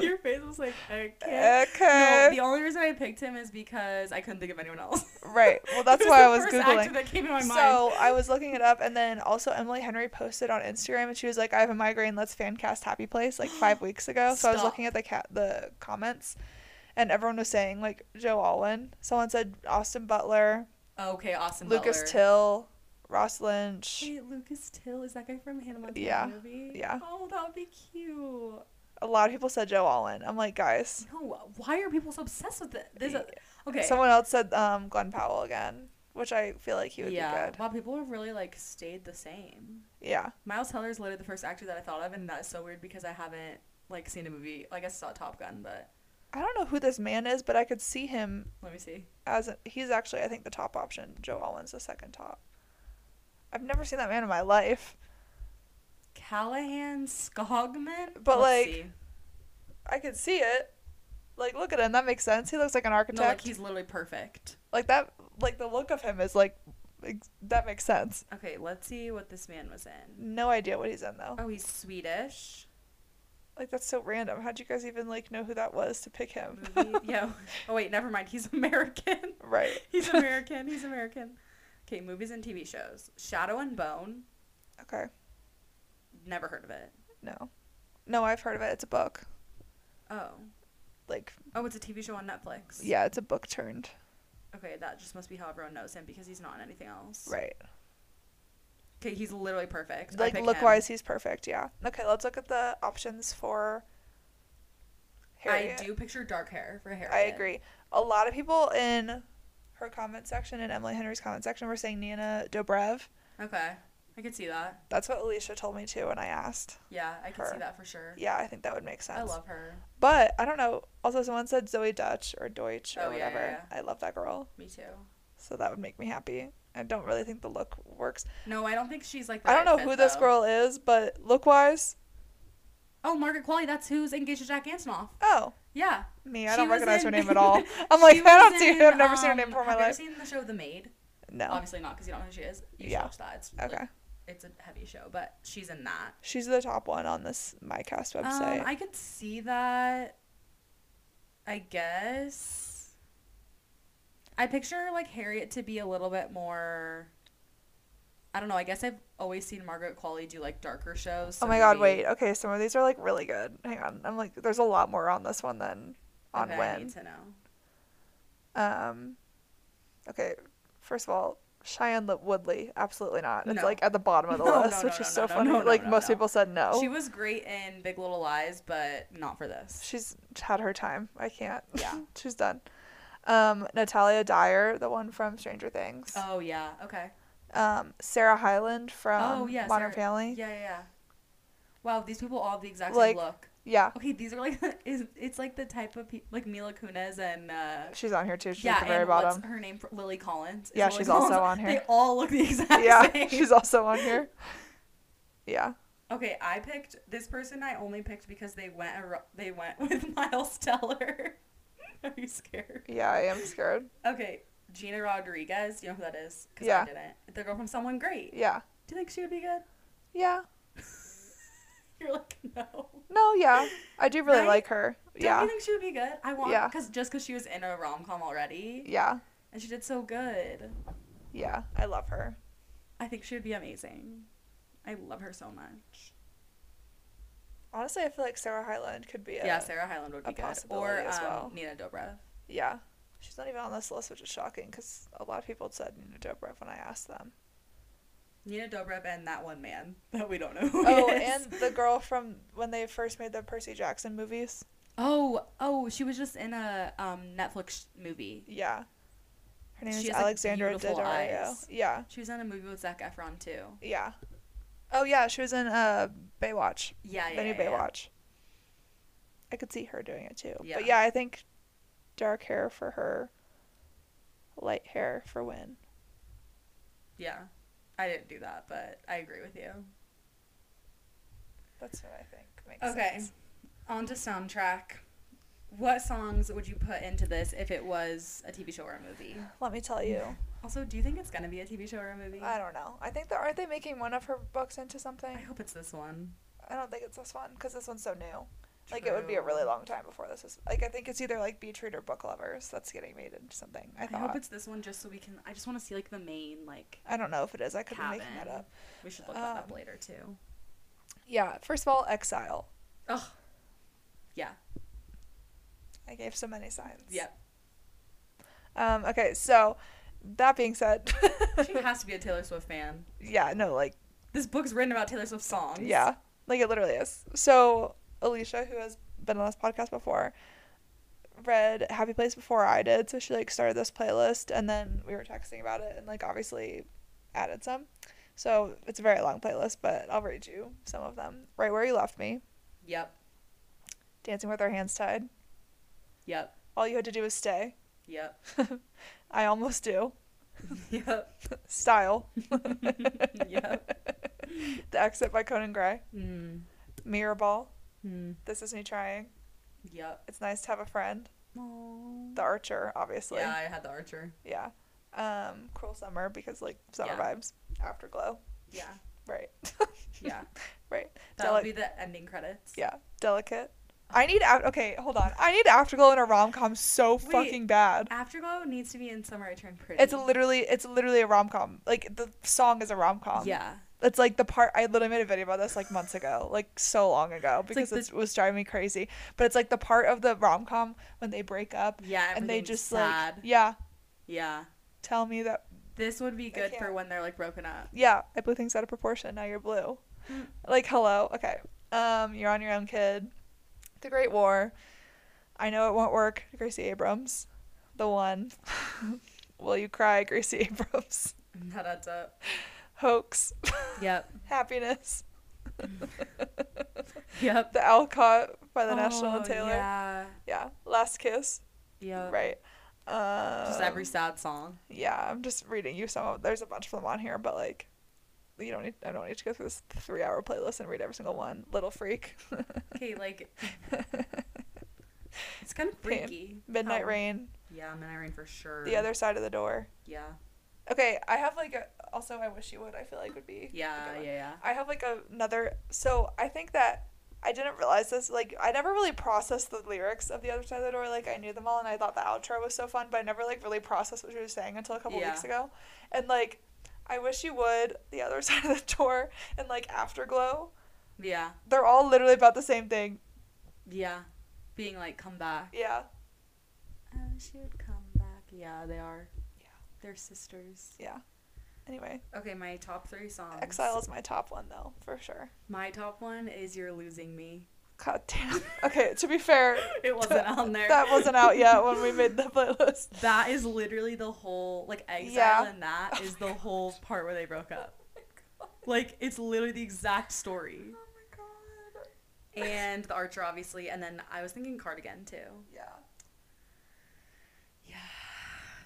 [SPEAKER 2] Your face was like, okay.
[SPEAKER 1] okay.
[SPEAKER 2] No, the only reason I picked him is because I couldn't think of anyone else.
[SPEAKER 1] right. Well,
[SPEAKER 2] [laughs]
[SPEAKER 1] that's
[SPEAKER 2] He
[SPEAKER 1] why I
[SPEAKER 2] the
[SPEAKER 1] was
[SPEAKER 2] first
[SPEAKER 1] googling.
[SPEAKER 2] Actor that came in my mind.
[SPEAKER 1] So I was looking it up, and then also Emily Henry posted on Instagram, and she was like, "I have a migraine. Let's fan cast Happy Place." Like
[SPEAKER 2] [gasps]
[SPEAKER 1] five weeks ago. So I was
[SPEAKER 2] Stop.
[SPEAKER 1] looking at the cat the comments, and everyone was saying like Joe Alwyn. Someone said Austin Butler,
[SPEAKER 2] okay, Austin
[SPEAKER 1] Lucas
[SPEAKER 2] Butler.
[SPEAKER 1] Till, Ross Lynch,
[SPEAKER 2] Wait, Lucas Till is that guy from Hannah Montana
[SPEAKER 1] Yeah,
[SPEAKER 2] movie?
[SPEAKER 1] yeah.
[SPEAKER 2] Oh, that would be cute.
[SPEAKER 1] a lot of people said Joe Alwyn. I'm like, guys.
[SPEAKER 2] No, why are people so obsessed with it? There's a okay.
[SPEAKER 1] Someone else said um Glenn Powell again, which I feel like he would
[SPEAKER 2] yeah.
[SPEAKER 1] be good.
[SPEAKER 2] Wow, people have really like stayed the same.
[SPEAKER 1] Yeah.
[SPEAKER 2] Miles Teller is literally the first actor that I thought of, and that's so weird because I haven't like seen a movie. Like I saw Top Gun, but
[SPEAKER 1] I don't know who this man is, but I could see him
[SPEAKER 2] let me see.
[SPEAKER 1] as a, he's actually I think the top option. Joe Alwyn's the second top. I've never seen that man in my life.
[SPEAKER 2] Callahan Skogman.
[SPEAKER 1] But, like,
[SPEAKER 2] see.
[SPEAKER 1] I could see it. Like, look at him. That makes sense. He looks like an architect.
[SPEAKER 2] no, like
[SPEAKER 1] like,
[SPEAKER 2] he's literally perfect.
[SPEAKER 1] that. Like the look of him is like, ex- that makes sense.
[SPEAKER 2] Okay, let's see what this man was in.
[SPEAKER 1] No idea what he's in though.
[SPEAKER 2] Oh,
[SPEAKER 1] [laughs]
[SPEAKER 2] he's Swedish.
[SPEAKER 1] Like that's so random. How'd you guys even like know who that was to pick him? [laughs]
[SPEAKER 2] Movie. Yo. Oh wait, never mind. He's [laughs] American.
[SPEAKER 1] right.
[SPEAKER 2] [laughs]
[SPEAKER 1] [laughs]
[SPEAKER 2] He's American. He's American. Okay, movies and TV shows. Shadow and Bone.
[SPEAKER 1] Okay.
[SPEAKER 2] Never heard of it.
[SPEAKER 1] No. No, I've heard of it. It's a book.
[SPEAKER 2] Oh.
[SPEAKER 1] Like
[SPEAKER 2] Oh, it's a TV show on Netflix.
[SPEAKER 1] yeah, it's a book turned.
[SPEAKER 2] Okay, that just must be how everyone knows him because he's not in anything else.
[SPEAKER 1] Right.
[SPEAKER 2] Okay, he's literally perfect. I
[SPEAKER 1] Like
[SPEAKER 2] pick
[SPEAKER 1] look
[SPEAKER 2] him.
[SPEAKER 1] wise he's perfect, yeah. Okay, let's look at the options for Harriet.
[SPEAKER 2] I do picture dark hair for Harriet.
[SPEAKER 1] I agree. A lot of people in her comment section and Emily Henry's comment section were saying Nina Dobrev.
[SPEAKER 2] Okay, I could see that.
[SPEAKER 1] That's what Alicia told me too when I asked.
[SPEAKER 2] Yeah, I could
[SPEAKER 1] Her.
[SPEAKER 2] see that for sure.
[SPEAKER 1] Yeah, I think that would make sense.
[SPEAKER 2] I love her.
[SPEAKER 1] But I don't know. Also, someone said Zoe Dutch or Deutsch or
[SPEAKER 2] Oh, yeah,
[SPEAKER 1] whatever.
[SPEAKER 2] yeah,
[SPEAKER 1] I love that girl,
[SPEAKER 2] Me too.
[SPEAKER 1] so that would make me happy. I don't really think the look works.
[SPEAKER 2] No, I don't think she's like. the
[SPEAKER 1] I don't
[SPEAKER 2] right
[SPEAKER 1] know
[SPEAKER 2] fit,
[SPEAKER 1] who this
[SPEAKER 2] though.
[SPEAKER 1] girl is, but look wise,
[SPEAKER 2] Oh, Margaret Qualley. That's who's engaged to Jack Antonoff.
[SPEAKER 1] oh
[SPEAKER 2] Yeah.
[SPEAKER 1] me, I
[SPEAKER 2] She
[SPEAKER 1] don't
[SPEAKER 2] was
[SPEAKER 1] recognize her
[SPEAKER 2] in- [laughs]
[SPEAKER 1] name at all. I'm like,
[SPEAKER 2] She
[SPEAKER 1] [laughs] I don't
[SPEAKER 2] was
[SPEAKER 1] see
[SPEAKER 2] in,
[SPEAKER 1] her. I've never seen her name
[SPEAKER 2] um,
[SPEAKER 1] before in my
[SPEAKER 2] have
[SPEAKER 1] life.
[SPEAKER 2] Have you ever seen the show The Maid?
[SPEAKER 1] No,
[SPEAKER 2] Obviously not, because you don't know who she is. You
[SPEAKER 1] Yeah.
[SPEAKER 2] should watch that. It's like,
[SPEAKER 1] okay,
[SPEAKER 2] it's a heavy show, but she's in that.
[SPEAKER 1] she's the top one on this MyCast website.
[SPEAKER 2] Um, I could see that. I guess. I picture like Harriet to be a little bit more. I don't know. I guess I've always seen Margaret Qualley do like darker shows.
[SPEAKER 1] oh
[SPEAKER 2] so
[SPEAKER 1] my god,
[SPEAKER 2] maybe-
[SPEAKER 1] wait, okay, some of these are like really good. Hang on, I'm like, there's a lot more on this one than on
[SPEAKER 2] okay, I
[SPEAKER 1] when.
[SPEAKER 2] need to know.
[SPEAKER 1] Um, okay, first of all, Cheyenne Lip- Woodley, absolutely not. It's
[SPEAKER 2] No.
[SPEAKER 1] like at the bottom of the
[SPEAKER 2] [laughs] No,
[SPEAKER 1] list,
[SPEAKER 2] no,
[SPEAKER 1] which
[SPEAKER 2] no,
[SPEAKER 1] is so
[SPEAKER 2] no, no,
[SPEAKER 1] funny.
[SPEAKER 2] no, no,
[SPEAKER 1] like
[SPEAKER 2] no,
[SPEAKER 1] most
[SPEAKER 2] no.
[SPEAKER 1] people said no.
[SPEAKER 2] She was great in Big Little Lies, but not for this.
[SPEAKER 1] She's had her time. I can't.
[SPEAKER 2] Yeah.
[SPEAKER 1] [laughs] She's done. Um, Natalia Dyer, the one from Stranger Things.
[SPEAKER 2] Oh yeah. Okay.
[SPEAKER 1] Um, Sarah Hyland from
[SPEAKER 2] oh yeah.
[SPEAKER 1] Modern
[SPEAKER 2] Sarah-
[SPEAKER 1] Family. Yeah.
[SPEAKER 2] Yeah, yeah. yeah. Wow, these people all have the exact
[SPEAKER 1] Like-
[SPEAKER 2] same look. Okay, these are like [laughs] is it's like the type of pe- like Mila Kunis and uh,
[SPEAKER 1] she's on here too. She's
[SPEAKER 2] yeah,
[SPEAKER 1] at the very
[SPEAKER 2] and
[SPEAKER 1] bottom. [laughs]
[SPEAKER 2] what's her name? For, Lily Collins. Is
[SPEAKER 1] Yeah,
[SPEAKER 2] Lily
[SPEAKER 1] she's also
[SPEAKER 2] [laughs] Collins-
[SPEAKER 1] on
[SPEAKER 2] They
[SPEAKER 1] here.
[SPEAKER 2] all look the exact
[SPEAKER 1] [laughs] Yeah,
[SPEAKER 2] same.
[SPEAKER 1] she's also on here. Yeah.
[SPEAKER 2] [laughs] Okay, I picked this person. I only picked because they went. ar- They went [laughs] with Miles Teller. [laughs] Are you scared?
[SPEAKER 1] Yeah, I am scared.
[SPEAKER 2] Okay, Gina Rodriguez. You know who that is? 'Cause
[SPEAKER 1] Yeah.
[SPEAKER 2] I didn't. The girl from Someone Great.
[SPEAKER 1] Yeah.
[SPEAKER 2] Do you think she would be good? [laughs]
[SPEAKER 1] Yeah.
[SPEAKER 2] You're like no.
[SPEAKER 1] No, yeah. I do really
[SPEAKER 2] Right?
[SPEAKER 1] like her.
[SPEAKER 2] Don't
[SPEAKER 1] yeah.
[SPEAKER 2] you think she would be good? I want
[SPEAKER 1] Yeah.
[SPEAKER 2] because just because she was in a rom com already
[SPEAKER 1] yeah.
[SPEAKER 2] and she did so good.
[SPEAKER 1] Yeah. I love her.
[SPEAKER 2] I think she would be amazing. I love her so much.
[SPEAKER 1] Honestly, I feel like Sarah Hyland could be
[SPEAKER 2] Yeah,
[SPEAKER 1] a
[SPEAKER 2] Sarah Hyland would
[SPEAKER 1] a
[SPEAKER 2] be good. Or
[SPEAKER 1] possibility
[SPEAKER 2] um,
[SPEAKER 1] as well.
[SPEAKER 2] Nina Dobrev.
[SPEAKER 1] Yeah. She's not even on this list, which is shocking because a lot of people had said Nina Dobrev when I asked
[SPEAKER 2] [laughs]
[SPEAKER 1] them.
[SPEAKER 2] Nina Dobrev and that one man [laughs] that we don't know. Who
[SPEAKER 1] Oh,
[SPEAKER 2] he is.
[SPEAKER 1] and the girl from when they first made the Percy Jackson movies.
[SPEAKER 2] oh, oh, she was just in a um, Netflix movie.
[SPEAKER 1] Yeah. Her name
[SPEAKER 2] She
[SPEAKER 1] is
[SPEAKER 2] has, like,
[SPEAKER 1] Alexandra
[SPEAKER 2] beautiful
[SPEAKER 1] Daddario.
[SPEAKER 2] eyes.
[SPEAKER 1] Yeah.
[SPEAKER 2] She was in a movie with Zac Efron too.
[SPEAKER 1] Yeah. Oh yeah, she was in uh Baywatch.
[SPEAKER 2] Yeah, Ah, yeah.
[SPEAKER 1] the new
[SPEAKER 2] yeah, yeah.
[SPEAKER 1] Baywatch. I could see her doing it too.
[SPEAKER 2] Yeah.
[SPEAKER 1] But yeah, I think dark hair for her, light hair for Win.
[SPEAKER 2] Yeah. I didn't do that, but I agree with you.
[SPEAKER 1] That's what I think makes
[SPEAKER 2] Okay.
[SPEAKER 1] sense.
[SPEAKER 2] On to soundtrack. What songs would you put into this if it was a TV show or a movie?
[SPEAKER 1] Let me tell you.
[SPEAKER 2] Also, do you think it's gonna be a TV show or a movie?
[SPEAKER 1] I don't know. I think that aren't they making one of her books into something?
[SPEAKER 2] I hope it's this one.
[SPEAKER 1] I don't think it's this one because this one's so new. Like it would be a really long time before this is. Like I think it's either like Beetroot or Book Lovers that's getting made into something. I
[SPEAKER 2] I,
[SPEAKER 1] thought. I,
[SPEAKER 2] hope it's this one just so we can. I just want to see like the main like
[SPEAKER 1] don't know if it is. I could be
[SPEAKER 2] cabin.
[SPEAKER 1] making that up.
[SPEAKER 2] We should look that up
[SPEAKER 1] Um,
[SPEAKER 2] later too.
[SPEAKER 1] Yeah. First of all, Exile.
[SPEAKER 2] Oh, yeah,
[SPEAKER 1] I gave so many signs.
[SPEAKER 2] yep.
[SPEAKER 1] Um. Okay. So, that being [laughs] said,
[SPEAKER 2] She has to be a Taylor Swift fan.
[SPEAKER 1] yeah. No. Like.
[SPEAKER 2] This book's written about Taylor Swift songs.
[SPEAKER 1] Yeah. Like it literally is. So Alicia, who has been on this podcast before, read Happy Place before I did, so she like started this playlist and then we were texting about it and like obviously added some. So it's a very long playlist, but I'll read you some of them. Right where you left me,
[SPEAKER 2] Yep.
[SPEAKER 1] Dancing with Our Hands Tied.
[SPEAKER 2] Yep.
[SPEAKER 1] All you had to do was stay.
[SPEAKER 2] Yep. [laughs]
[SPEAKER 1] [laughs] I almost do. [laughs]
[SPEAKER 2] Yep.
[SPEAKER 1] Style.
[SPEAKER 2] yep.
[SPEAKER 1] The Exit by Conan Gray,
[SPEAKER 2] Mm.
[SPEAKER 1] Mirrorball,
[SPEAKER 2] Mm.
[SPEAKER 1] This Is Me Trying,
[SPEAKER 2] Yep.
[SPEAKER 1] It's Nice to Have a Friend,
[SPEAKER 2] Aww.
[SPEAKER 1] The Archer, obviously.
[SPEAKER 2] Yeah, I had the archer.
[SPEAKER 1] Yeah. Um, Cruel Summer because like summer
[SPEAKER 2] Yeah.
[SPEAKER 1] vibes, Afterglow,
[SPEAKER 2] Yeah.
[SPEAKER 1] [laughs] right?
[SPEAKER 2] Yeah.
[SPEAKER 1] Right.
[SPEAKER 2] That'll
[SPEAKER 1] Deli-
[SPEAKER 2] be the Uh-huh. ending credits.
[SPEAKER 1] Yeah. Delicate. I need af- okay, hold on. I need Afterglow in a rom com so
[SPEAKER 2] Wait.
[SPEAKER 1] fucking bad.
[SPEAKER 2] Afterglow needs to be in Summer I Turned Pretty.
[SPEAKER 1] It's literally it's literally a rom com. Like the song is a rom com.
[SPEAKER 2] Yeah.
[SPEAKER 1] It's like the part I literally made a video about this like months ago, like so long ago,
[SPEAKER 2] like
[SPEAKER 1] because
[SPEAKER 2] the-
[SPEAKER 1] it was driving me crazy. But it's like the part of the rom com when they break up
[SPEAKER 2] Yeah.
[SPEAKER 1] and they
[SPEAKER 2] everything's
[SPEAKER 1] just
[SPEAKER 2] sad.
[SPEAKER 1] like yeah,
[SPEAKER 2] Yeah.
[SPEAKER 1] tell me that
[SPEAKER 2] This would be good for
[SPEAKER 1] can't.
[SPEAKER 2] when they're like broken up.
[SPEAKER 1] yeah, I blew things out of proportion. Now you're blue.
[SPEAKER 2] Mm.
[SPEAKER 1] like hello, okay. Um, you're on your own, kid. The Great War. I know it won't work. Gracie Abrams, the one. [laughs] Will you cry, Gracie Abrams? [laughs]
[SPEAKER 2] [laughs] Now that's up.
[SPEAKER 1] Hoax.
[SPEAKER 2] Yep.
[SPEAKER 1] [laughs]
[SPEAKER 2] [laughs]
[SPEAKER 1] Happiness.
[SPEAKER 2] Yep.
[SPEAKER 1] The Alcott by the National
[SPEAKER 2] Oh,
[SPEAKER 1] and Taylor. Yeah.
[SPEAKER 2] Yeah.
[SPEAKER 1] Last Kiss.
[SPEAKER 2] Yep.
[SPEAKER 1] Right. Um,
[SPEAKER 2] Just every sad song.
[SPEAKER 1] Yeah, I'm just reading you some of. There's a bunch of them on here, but like, you don't need. I don't need to go through this three-hour playlist and read every single one. Little Freak, [laughs]
[SPEAKER 2] Okay, like it's kind of freaky.
[SPEAKER 1] Midnight
[SPEAKER 2] how-
[SPEAKER 1] Rain,
[SPEAKER 2] Yeah, Midnight Rain for sure.
[SPEAKER 1] The Other Side of the Door.
[SPEAKER 2] Yeah.
[SPEAKER 1] Okay, I have like a. Also, I wish you would. I feel like would be. a good
[SPEAKER 2] Yeah.
[SPEAKER 1] one.
[SPEAKER 2] Yeah. Yeah.
[SPEAKER 1] I have like another. So I think that I didn't realize this. Like I never really processed the lyrics of the other side of the door. Like I knew them all, and I thought the outro was so fun, but I never like really processed what she was saying until a couple
[SPEAKER 2] Yeah.
[SPEAKER 1] weeks ago. And like, I wish you would the other [laughs] side of the door and like afterglow.
[SPEAKER 2] Yeah.
[SPEAKER 1] They're all literally about the same thing.
[SPEAKER 2] Yeah. Being like, come back.
[SPEAKER 1] Yeah,
[SPEAKER 2] Oh, she would come back. Yeah, they are.
[SPEAKER 1] Yeah.
[SPEAKER 2] They're sisters.
[SPEAKER 1] yeah. Anyway,
[SPEAKER 2] Okay, my top three songs.
[SPEAKER 1] Exile is my top one though, for sure.
[SPEAKER 2] My top one is You're Losing Me.
[SPEAKER 1] [laughs] God damn. Okay, to be
[SPEAKER 2] [laughs]
[SPEAKER 1] fair,
[SPEAKER 2] It
[SPEAKER 1] [laughs]
[SPEAKER 2] wasn't on there.
[SPEAKER 1] that
[SPEAKER 2] [laughs]
[SPEAKER 1] wasn't out yet when we made the playlist.
[SPEAKER 2] That is literally the whole like exile
[SPEAKER 1] Yeah.
[SPEAKER 2] and that is the whole part where they broke up. Oh Like it's literally the exact story.
[SPEAKER 1] Oh my god.
[SPEAKER 2] And the archer obviously and then I was thinking cardigan too.
[SPEAKER 1] Yeah.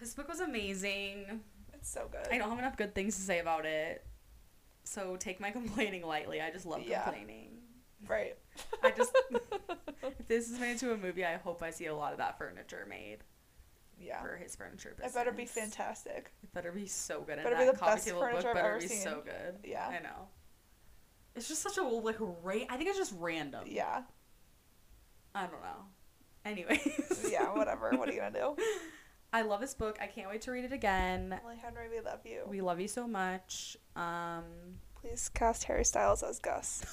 [SPEAKER 2] This book was amazing.
[SPEAKER 1] It's so good.
[SPEAKER 2] I don't have enough good things to say about it. So take my [laughs] complaining lightly. I just love
[SPEAKER 1] Yeah.
[SPEAKER 2] complaining. [laughs]
[SPEAKER 1] Right.
[SPEAKER 2] I just if this is made into a movie, I hope I see a lot of that furniture made
[SPEAKER 1] Yeah.
[SPEAKER 2] for his furniture
[SPEAKER 1] It
[SPEAKER 2] business.
[SPEAKER 1] better be fantastic.
[SPEAKER 2] It better be so good.
[SPEAKER 1] Better
[SPEAKER 2] and
[SPEAKER 1] be
[SPEAKER 2] that
[SPEAKER 1] the
[SPEAKER 2] coffee
[SPEAKER 1] best
[SPEAKER 2] table
[SPEAKER 1] furniture
[SPEAKER 2] book
[SPEAKER 1] I've
[SPEAKER 2] better
[SPEAKER 1] ever
[SPEAKER 2] be
[SPEAKER 1] seen.
[SPEAKER 2] so good.
[SPEAKER 1] Yeah.
[SPEAKER 2] I know. It's just such a like ra- I think it's just random.
[SPEAKER 1] Yeah.
[SPEAKER 2] I don't know. Anyways.
[SPEAKER 1] Yeah, whatever. what are you going
[SPEAKER 2] [laughs]
[SPEAKER 1] to do?
[SPEAKER 2] I love this book. I can't wait to read it again.
[SPEAKER 1] Emily Henry, we love you.
[SPEAKER 2] We love you so much. Um [laughs]
[SPEAKER 1] Please cast Harry Styles as Gus.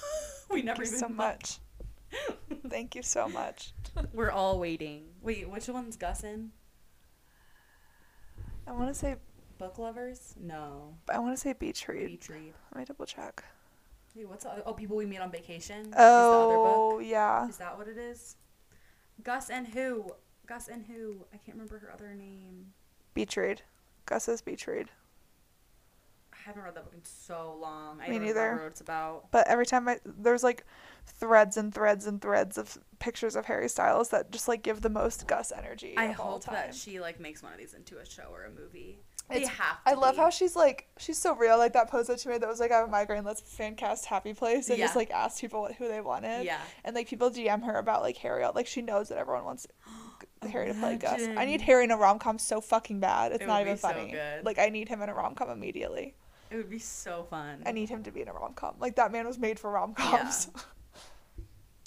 [SPEAKER 2] we
[SPEAKER 1] Thank
[SPEAKER 2] never
[SPEAKER 1] you
[SPEAKER 2] even
[SPEAKER 1] so much. Thank you so much.
[SPEAKER 2] [laughs] We're all waiting. Wait, which one's Gus in?
[SPEAKER 1] I want to say
[SPEAKER 2] Book lovers? No.
[SPEAKER 1] I want to say beach read.
[SPEAKER 2] Beach read.
[SPEAKER 1] Let me double check.
[SPEAKER 2] Wait, what's the other? Oh, people we meet on vacation. is the other book.
[SPEAKER 1] Oh, yeah.
[SPEAKER 2] Is that what it is? Gus and who? Gus and who? I can't remember her other name.
[SPEAKER 1] Beach read. Gus's beach read.
[SPEAKER 2] I haven't read that book in so long. I
[SPEAKER 1] Me
[SPEAKER 2] don't
[SPEAKER 1] neither.
[SPEAKER 2] remember what it's about.
[SPEAKER 1] But every time I there's like threads and threads and threads of pictures of Harry Styles that just like give the most Gus energy.
[SPEAKER 2] I
[SPEAKER 1] of all
[SPEAKER 2] hope
[SPEAKER 1] time.
[SPEAKER 2] that she like makes one of these into a show or a movie. They
[SPEAKER 1] It's-
[SPEAKER 2] have. To
[SPEAKER 1] I love
[SPEAKER 2] be.
[SPEAKER 1] how she's like she's so real. Like that post that she made that was like I have a migraine. Let's fan cast Happy Place and just
[SPEAKER 2] Yeah.
[SPEAKER 1] like ask people what, who they wanted.
[SPEAKER 2] Yeah.
[SPEAKER 1] And like people DM her about like Harry. Like she knows that everyone wants [gasps] Harry to play Gus. I need
[SPEAKER 2] Imagine.
[SPEAKER 1] Harry in a rom com so fucking bad. It's
[SPEAKER 2] It
[SPEAKER 1] not
[SPEAKER 2] would be
[SPEAKER 1] even
[SPEAKER 2] so
[SPEAKER 1] funny.
[SPEAKER 2] good.
[SPEAKER 1] Like I need him in a rom com immediately.
[SPEAKER 2] It would be so fun.
[SPEAKER 1] I need him to be in a rom com. Like that man was made for rom coms. [laughs]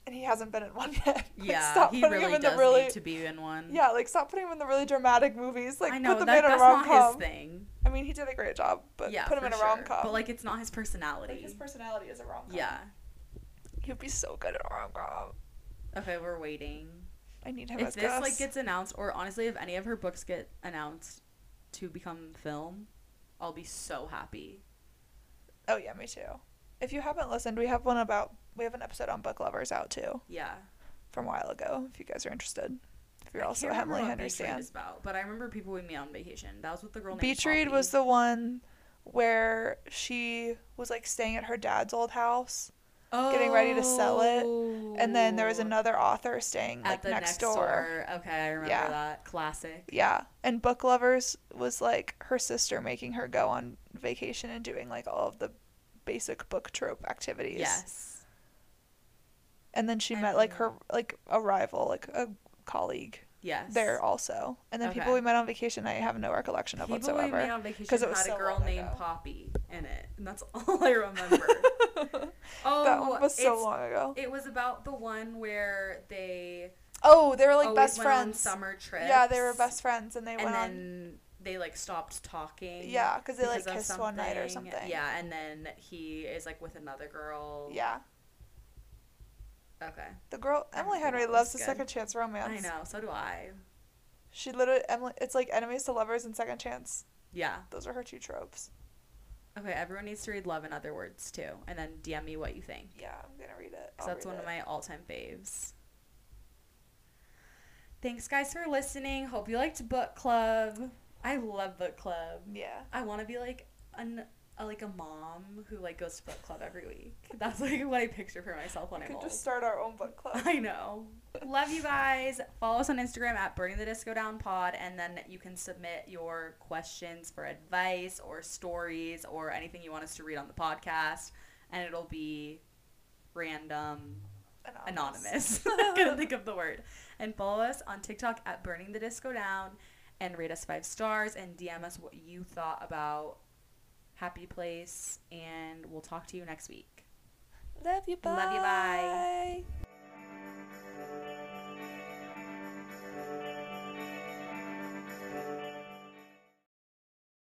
[SPEAKER 1] and he hasn't been in one yet. Like,
[SPEAKER 2] yeah,
[SPEAKER 1] stop
[SPEAKER 2] he
[SPEAKER 1] putting
[SPEAKER 2] really
[SPEAKER 1] him in
[SPEAKER 2] does
[SPEAKER 1] the really
[SPEAKER 2] need to be in one.
[SPEAKER 1] yeah. Like stop putting him in the really dramatic movies. Like
[SPEAKER 2] I know
[SPEAKER 1] put the
[SPEAKER 2] that,
[SPEAKER 1] man in a
[SPEAKER 2] that's
[SPEAKER 1] rom
[SPEAKER 2] not his
[SPEAKER 1] com.
[SPEAKER 2] thing.
[SPEAKER 1] I mean, he did a great job, but
[SPEAKER 2] yeah,
[SPEAKER 1] put him
[SPEAKER 2] for
[SPEAKER 1] in a
[SPEAKER 2] sure.
[SPEAKER 1] rom com.
[SPEAKER 2] But like, it's not his personality.
[SPEAKER 1] Like his personality is a rom com.
[SPEAKER 2] yeah.
[SPEAKER 1] He'd be so good at rom com.
[SPEAKER 2] Okay, we're waiting.
[SPEAKER 1] I need him
[SPEAKER 2] if
[SPEAKER 1] as
[SPEAKER 2] this
[SPEAKER 1] Gus.
[SPEAKER 2] like gets announced or honestly if any of her books get announced to become film i'll be so happy
[SPEAKER 1] oh yeah, me too. If you haven't listened, we have one about we have an episode on book lovers out too
[SPEAKER 2] yeah
[SPEAKER 1] from a while ago. If you guys are interested, if you're
[SPEAKER 2] I
[SPEAKER 1] also a
[SPEAKER 2] can't remember
[SPEAKER 1] Hemley
[SPEAKER 2] what
[SPEAKER 1] Henry
[SPEAKER 2] Beach Read
[SPEAKER 1] stan.
[SPEAKER 2] is about but i remember people we meet on vacation that was with the girl named
[SPEAKER 1] Beach Read was
[SPEAKER 2] Poppy.
[SPEAKER 1] the one where she was like staying at her dad's old house, getting ready to sell it, and then there was
[SPEAKER 2] Oh.
[SPEAKER 1] another author staying
[SPEAKER 2] at
[SPEAKER 1] like
[SPEAKER 2] the
[SPEAKER 1] next, door.
[SPEAKER 2] okay i remember
[SPEAKER 1] Yeah.
[SPEAKER 2] that classic
[SPEAKER 1] Yeah, and Book Lovers was like her sister making her go on vacation and doing like all of the basic book trope activities.
[SPEAKER 3] Yes.
[SPEAKER 1] And then she
[SPEAKER 3] I
[SPEAKER 1] met like
[SPEAKER 3] mean-
[SPEAKER 1] her like a rival, like a colleague
[SPEAKER 3] Yes.
[SPEAKER 1] there also. And then people
[SPEAKER 3] Okay.
[SPEAKER 1] we met on vacation I have no recollection of
[SPEAKER 2] People we
[SPEAKER 1] [laughs]
[SPEAKER 2] met
[SPEAKER 1] whatsoever.
[SPEAKER 2] on vacation
[SPEAKER 1] 'Cause it
[SPEAKER 2] had
[SPEAKER 1] was
[SPEAKER 2] a
[SPEAKER 1] so
[SPEAKER 2] girl
[SPEAKER 1] long
[SPEAKER 2] named
[SPEAKER 1] ago.
[SPEAKER 2] Poppy in it, and that's [laughs] all
[SPEAKER 1] [laughs]
[SPEAKER 2] I remember. oh,
[SPEAKER 1] that one was so
[SPEAKER 2] it's-
[SPEAKER 1] long ago.
[SPEAKER 2] It was about the one where they
[SPEAKER 1] Oh, they were like
[SPEAKER 2] always
[SPEAKER 1] best
[SPEAKER 2] went on
[SPEAKER 1] friends.
[SPEAKER 2] summer trips.
[SPEAKER 1] Yeah, they were best friends and they
[SPEAKER 2] And
[SPEAKER 1] went
[SPEAKER 2] then they like stopped talking.
[SPEAKER 1] on Yeah, cuz they like
[SPEAKER 2] because of
[SPEAKER 1] kissed one night or
[SPEAKER 2] something.
[SPEAKER 1] something.
[SPEAKER 2] Yeah, and then he is like with another girl.
[SPEAKER 1] Yeah.
[SPEAKER 2] Okay.
[SPEAKER 1] The girl
[SPEAKER 2] I
[SPEAKER 1] Emily
[SPEAKER 2] remember
[SPEAKER 1] Henry
[SPEAKER 2] that
[SPEAKER 1] loves
[SPEAKER 2] was
[SPEAKER 1] the
[SPEAKER 2] good.
[SPEAKER 1] second chance romance.
[SPEAKER 2] I know. So do I.
[SPEAKER 1] She literally Emily it's like enemies to lovers and second chance.
[SPEAKER 2] Yeah.
[SPEAKER 1] Those are her two tropes.
[SPEAKER 2] Okay. Everyone needs to read Love and Other Words too, and then DM me what you think.
[SPEAKER 1] Yeah, I'm going to read it. I'll
[SPEAKER 2] Because that's
[SPEAKER 1] read
[SPEAKER 2] one
[SPEAKER 1] it.
[SPEAKER 2] of my all time faves. Thanks, guys, for listening. Hope you liked book club. I love book club.
[SPEAKER 1] Yeah.
[SPEAKER 2] I want to be like an a, like a mom who like goes to book club every week. [laughs] That's like what I picture for myself when
[SPEAKER 1] We
[SPEAKER 2] I'm
[SPEAKER 1] could
[SPEAKER 2] old. [laughs]
[SPEAKER 1] just start our own book club.
[SPEAKER 2] I know. Love you guys. Follow us on Instagram at Burning the Disco Down Pod, and then you can submit your questions for advice or stories or anything you want us to read on the podcast, and it'll be random anonymous. [laughs] I couldn't think of the word. And follow us on TikTok at Burning the Disco Down and rate us five stars and DM us what you thought about Happy Place. And we'll talk to you next week.
[SPEAKER 1] Love you. Bye.
[SPEAKER 2] Love you, bye.
[SPEAKER 1] Bye.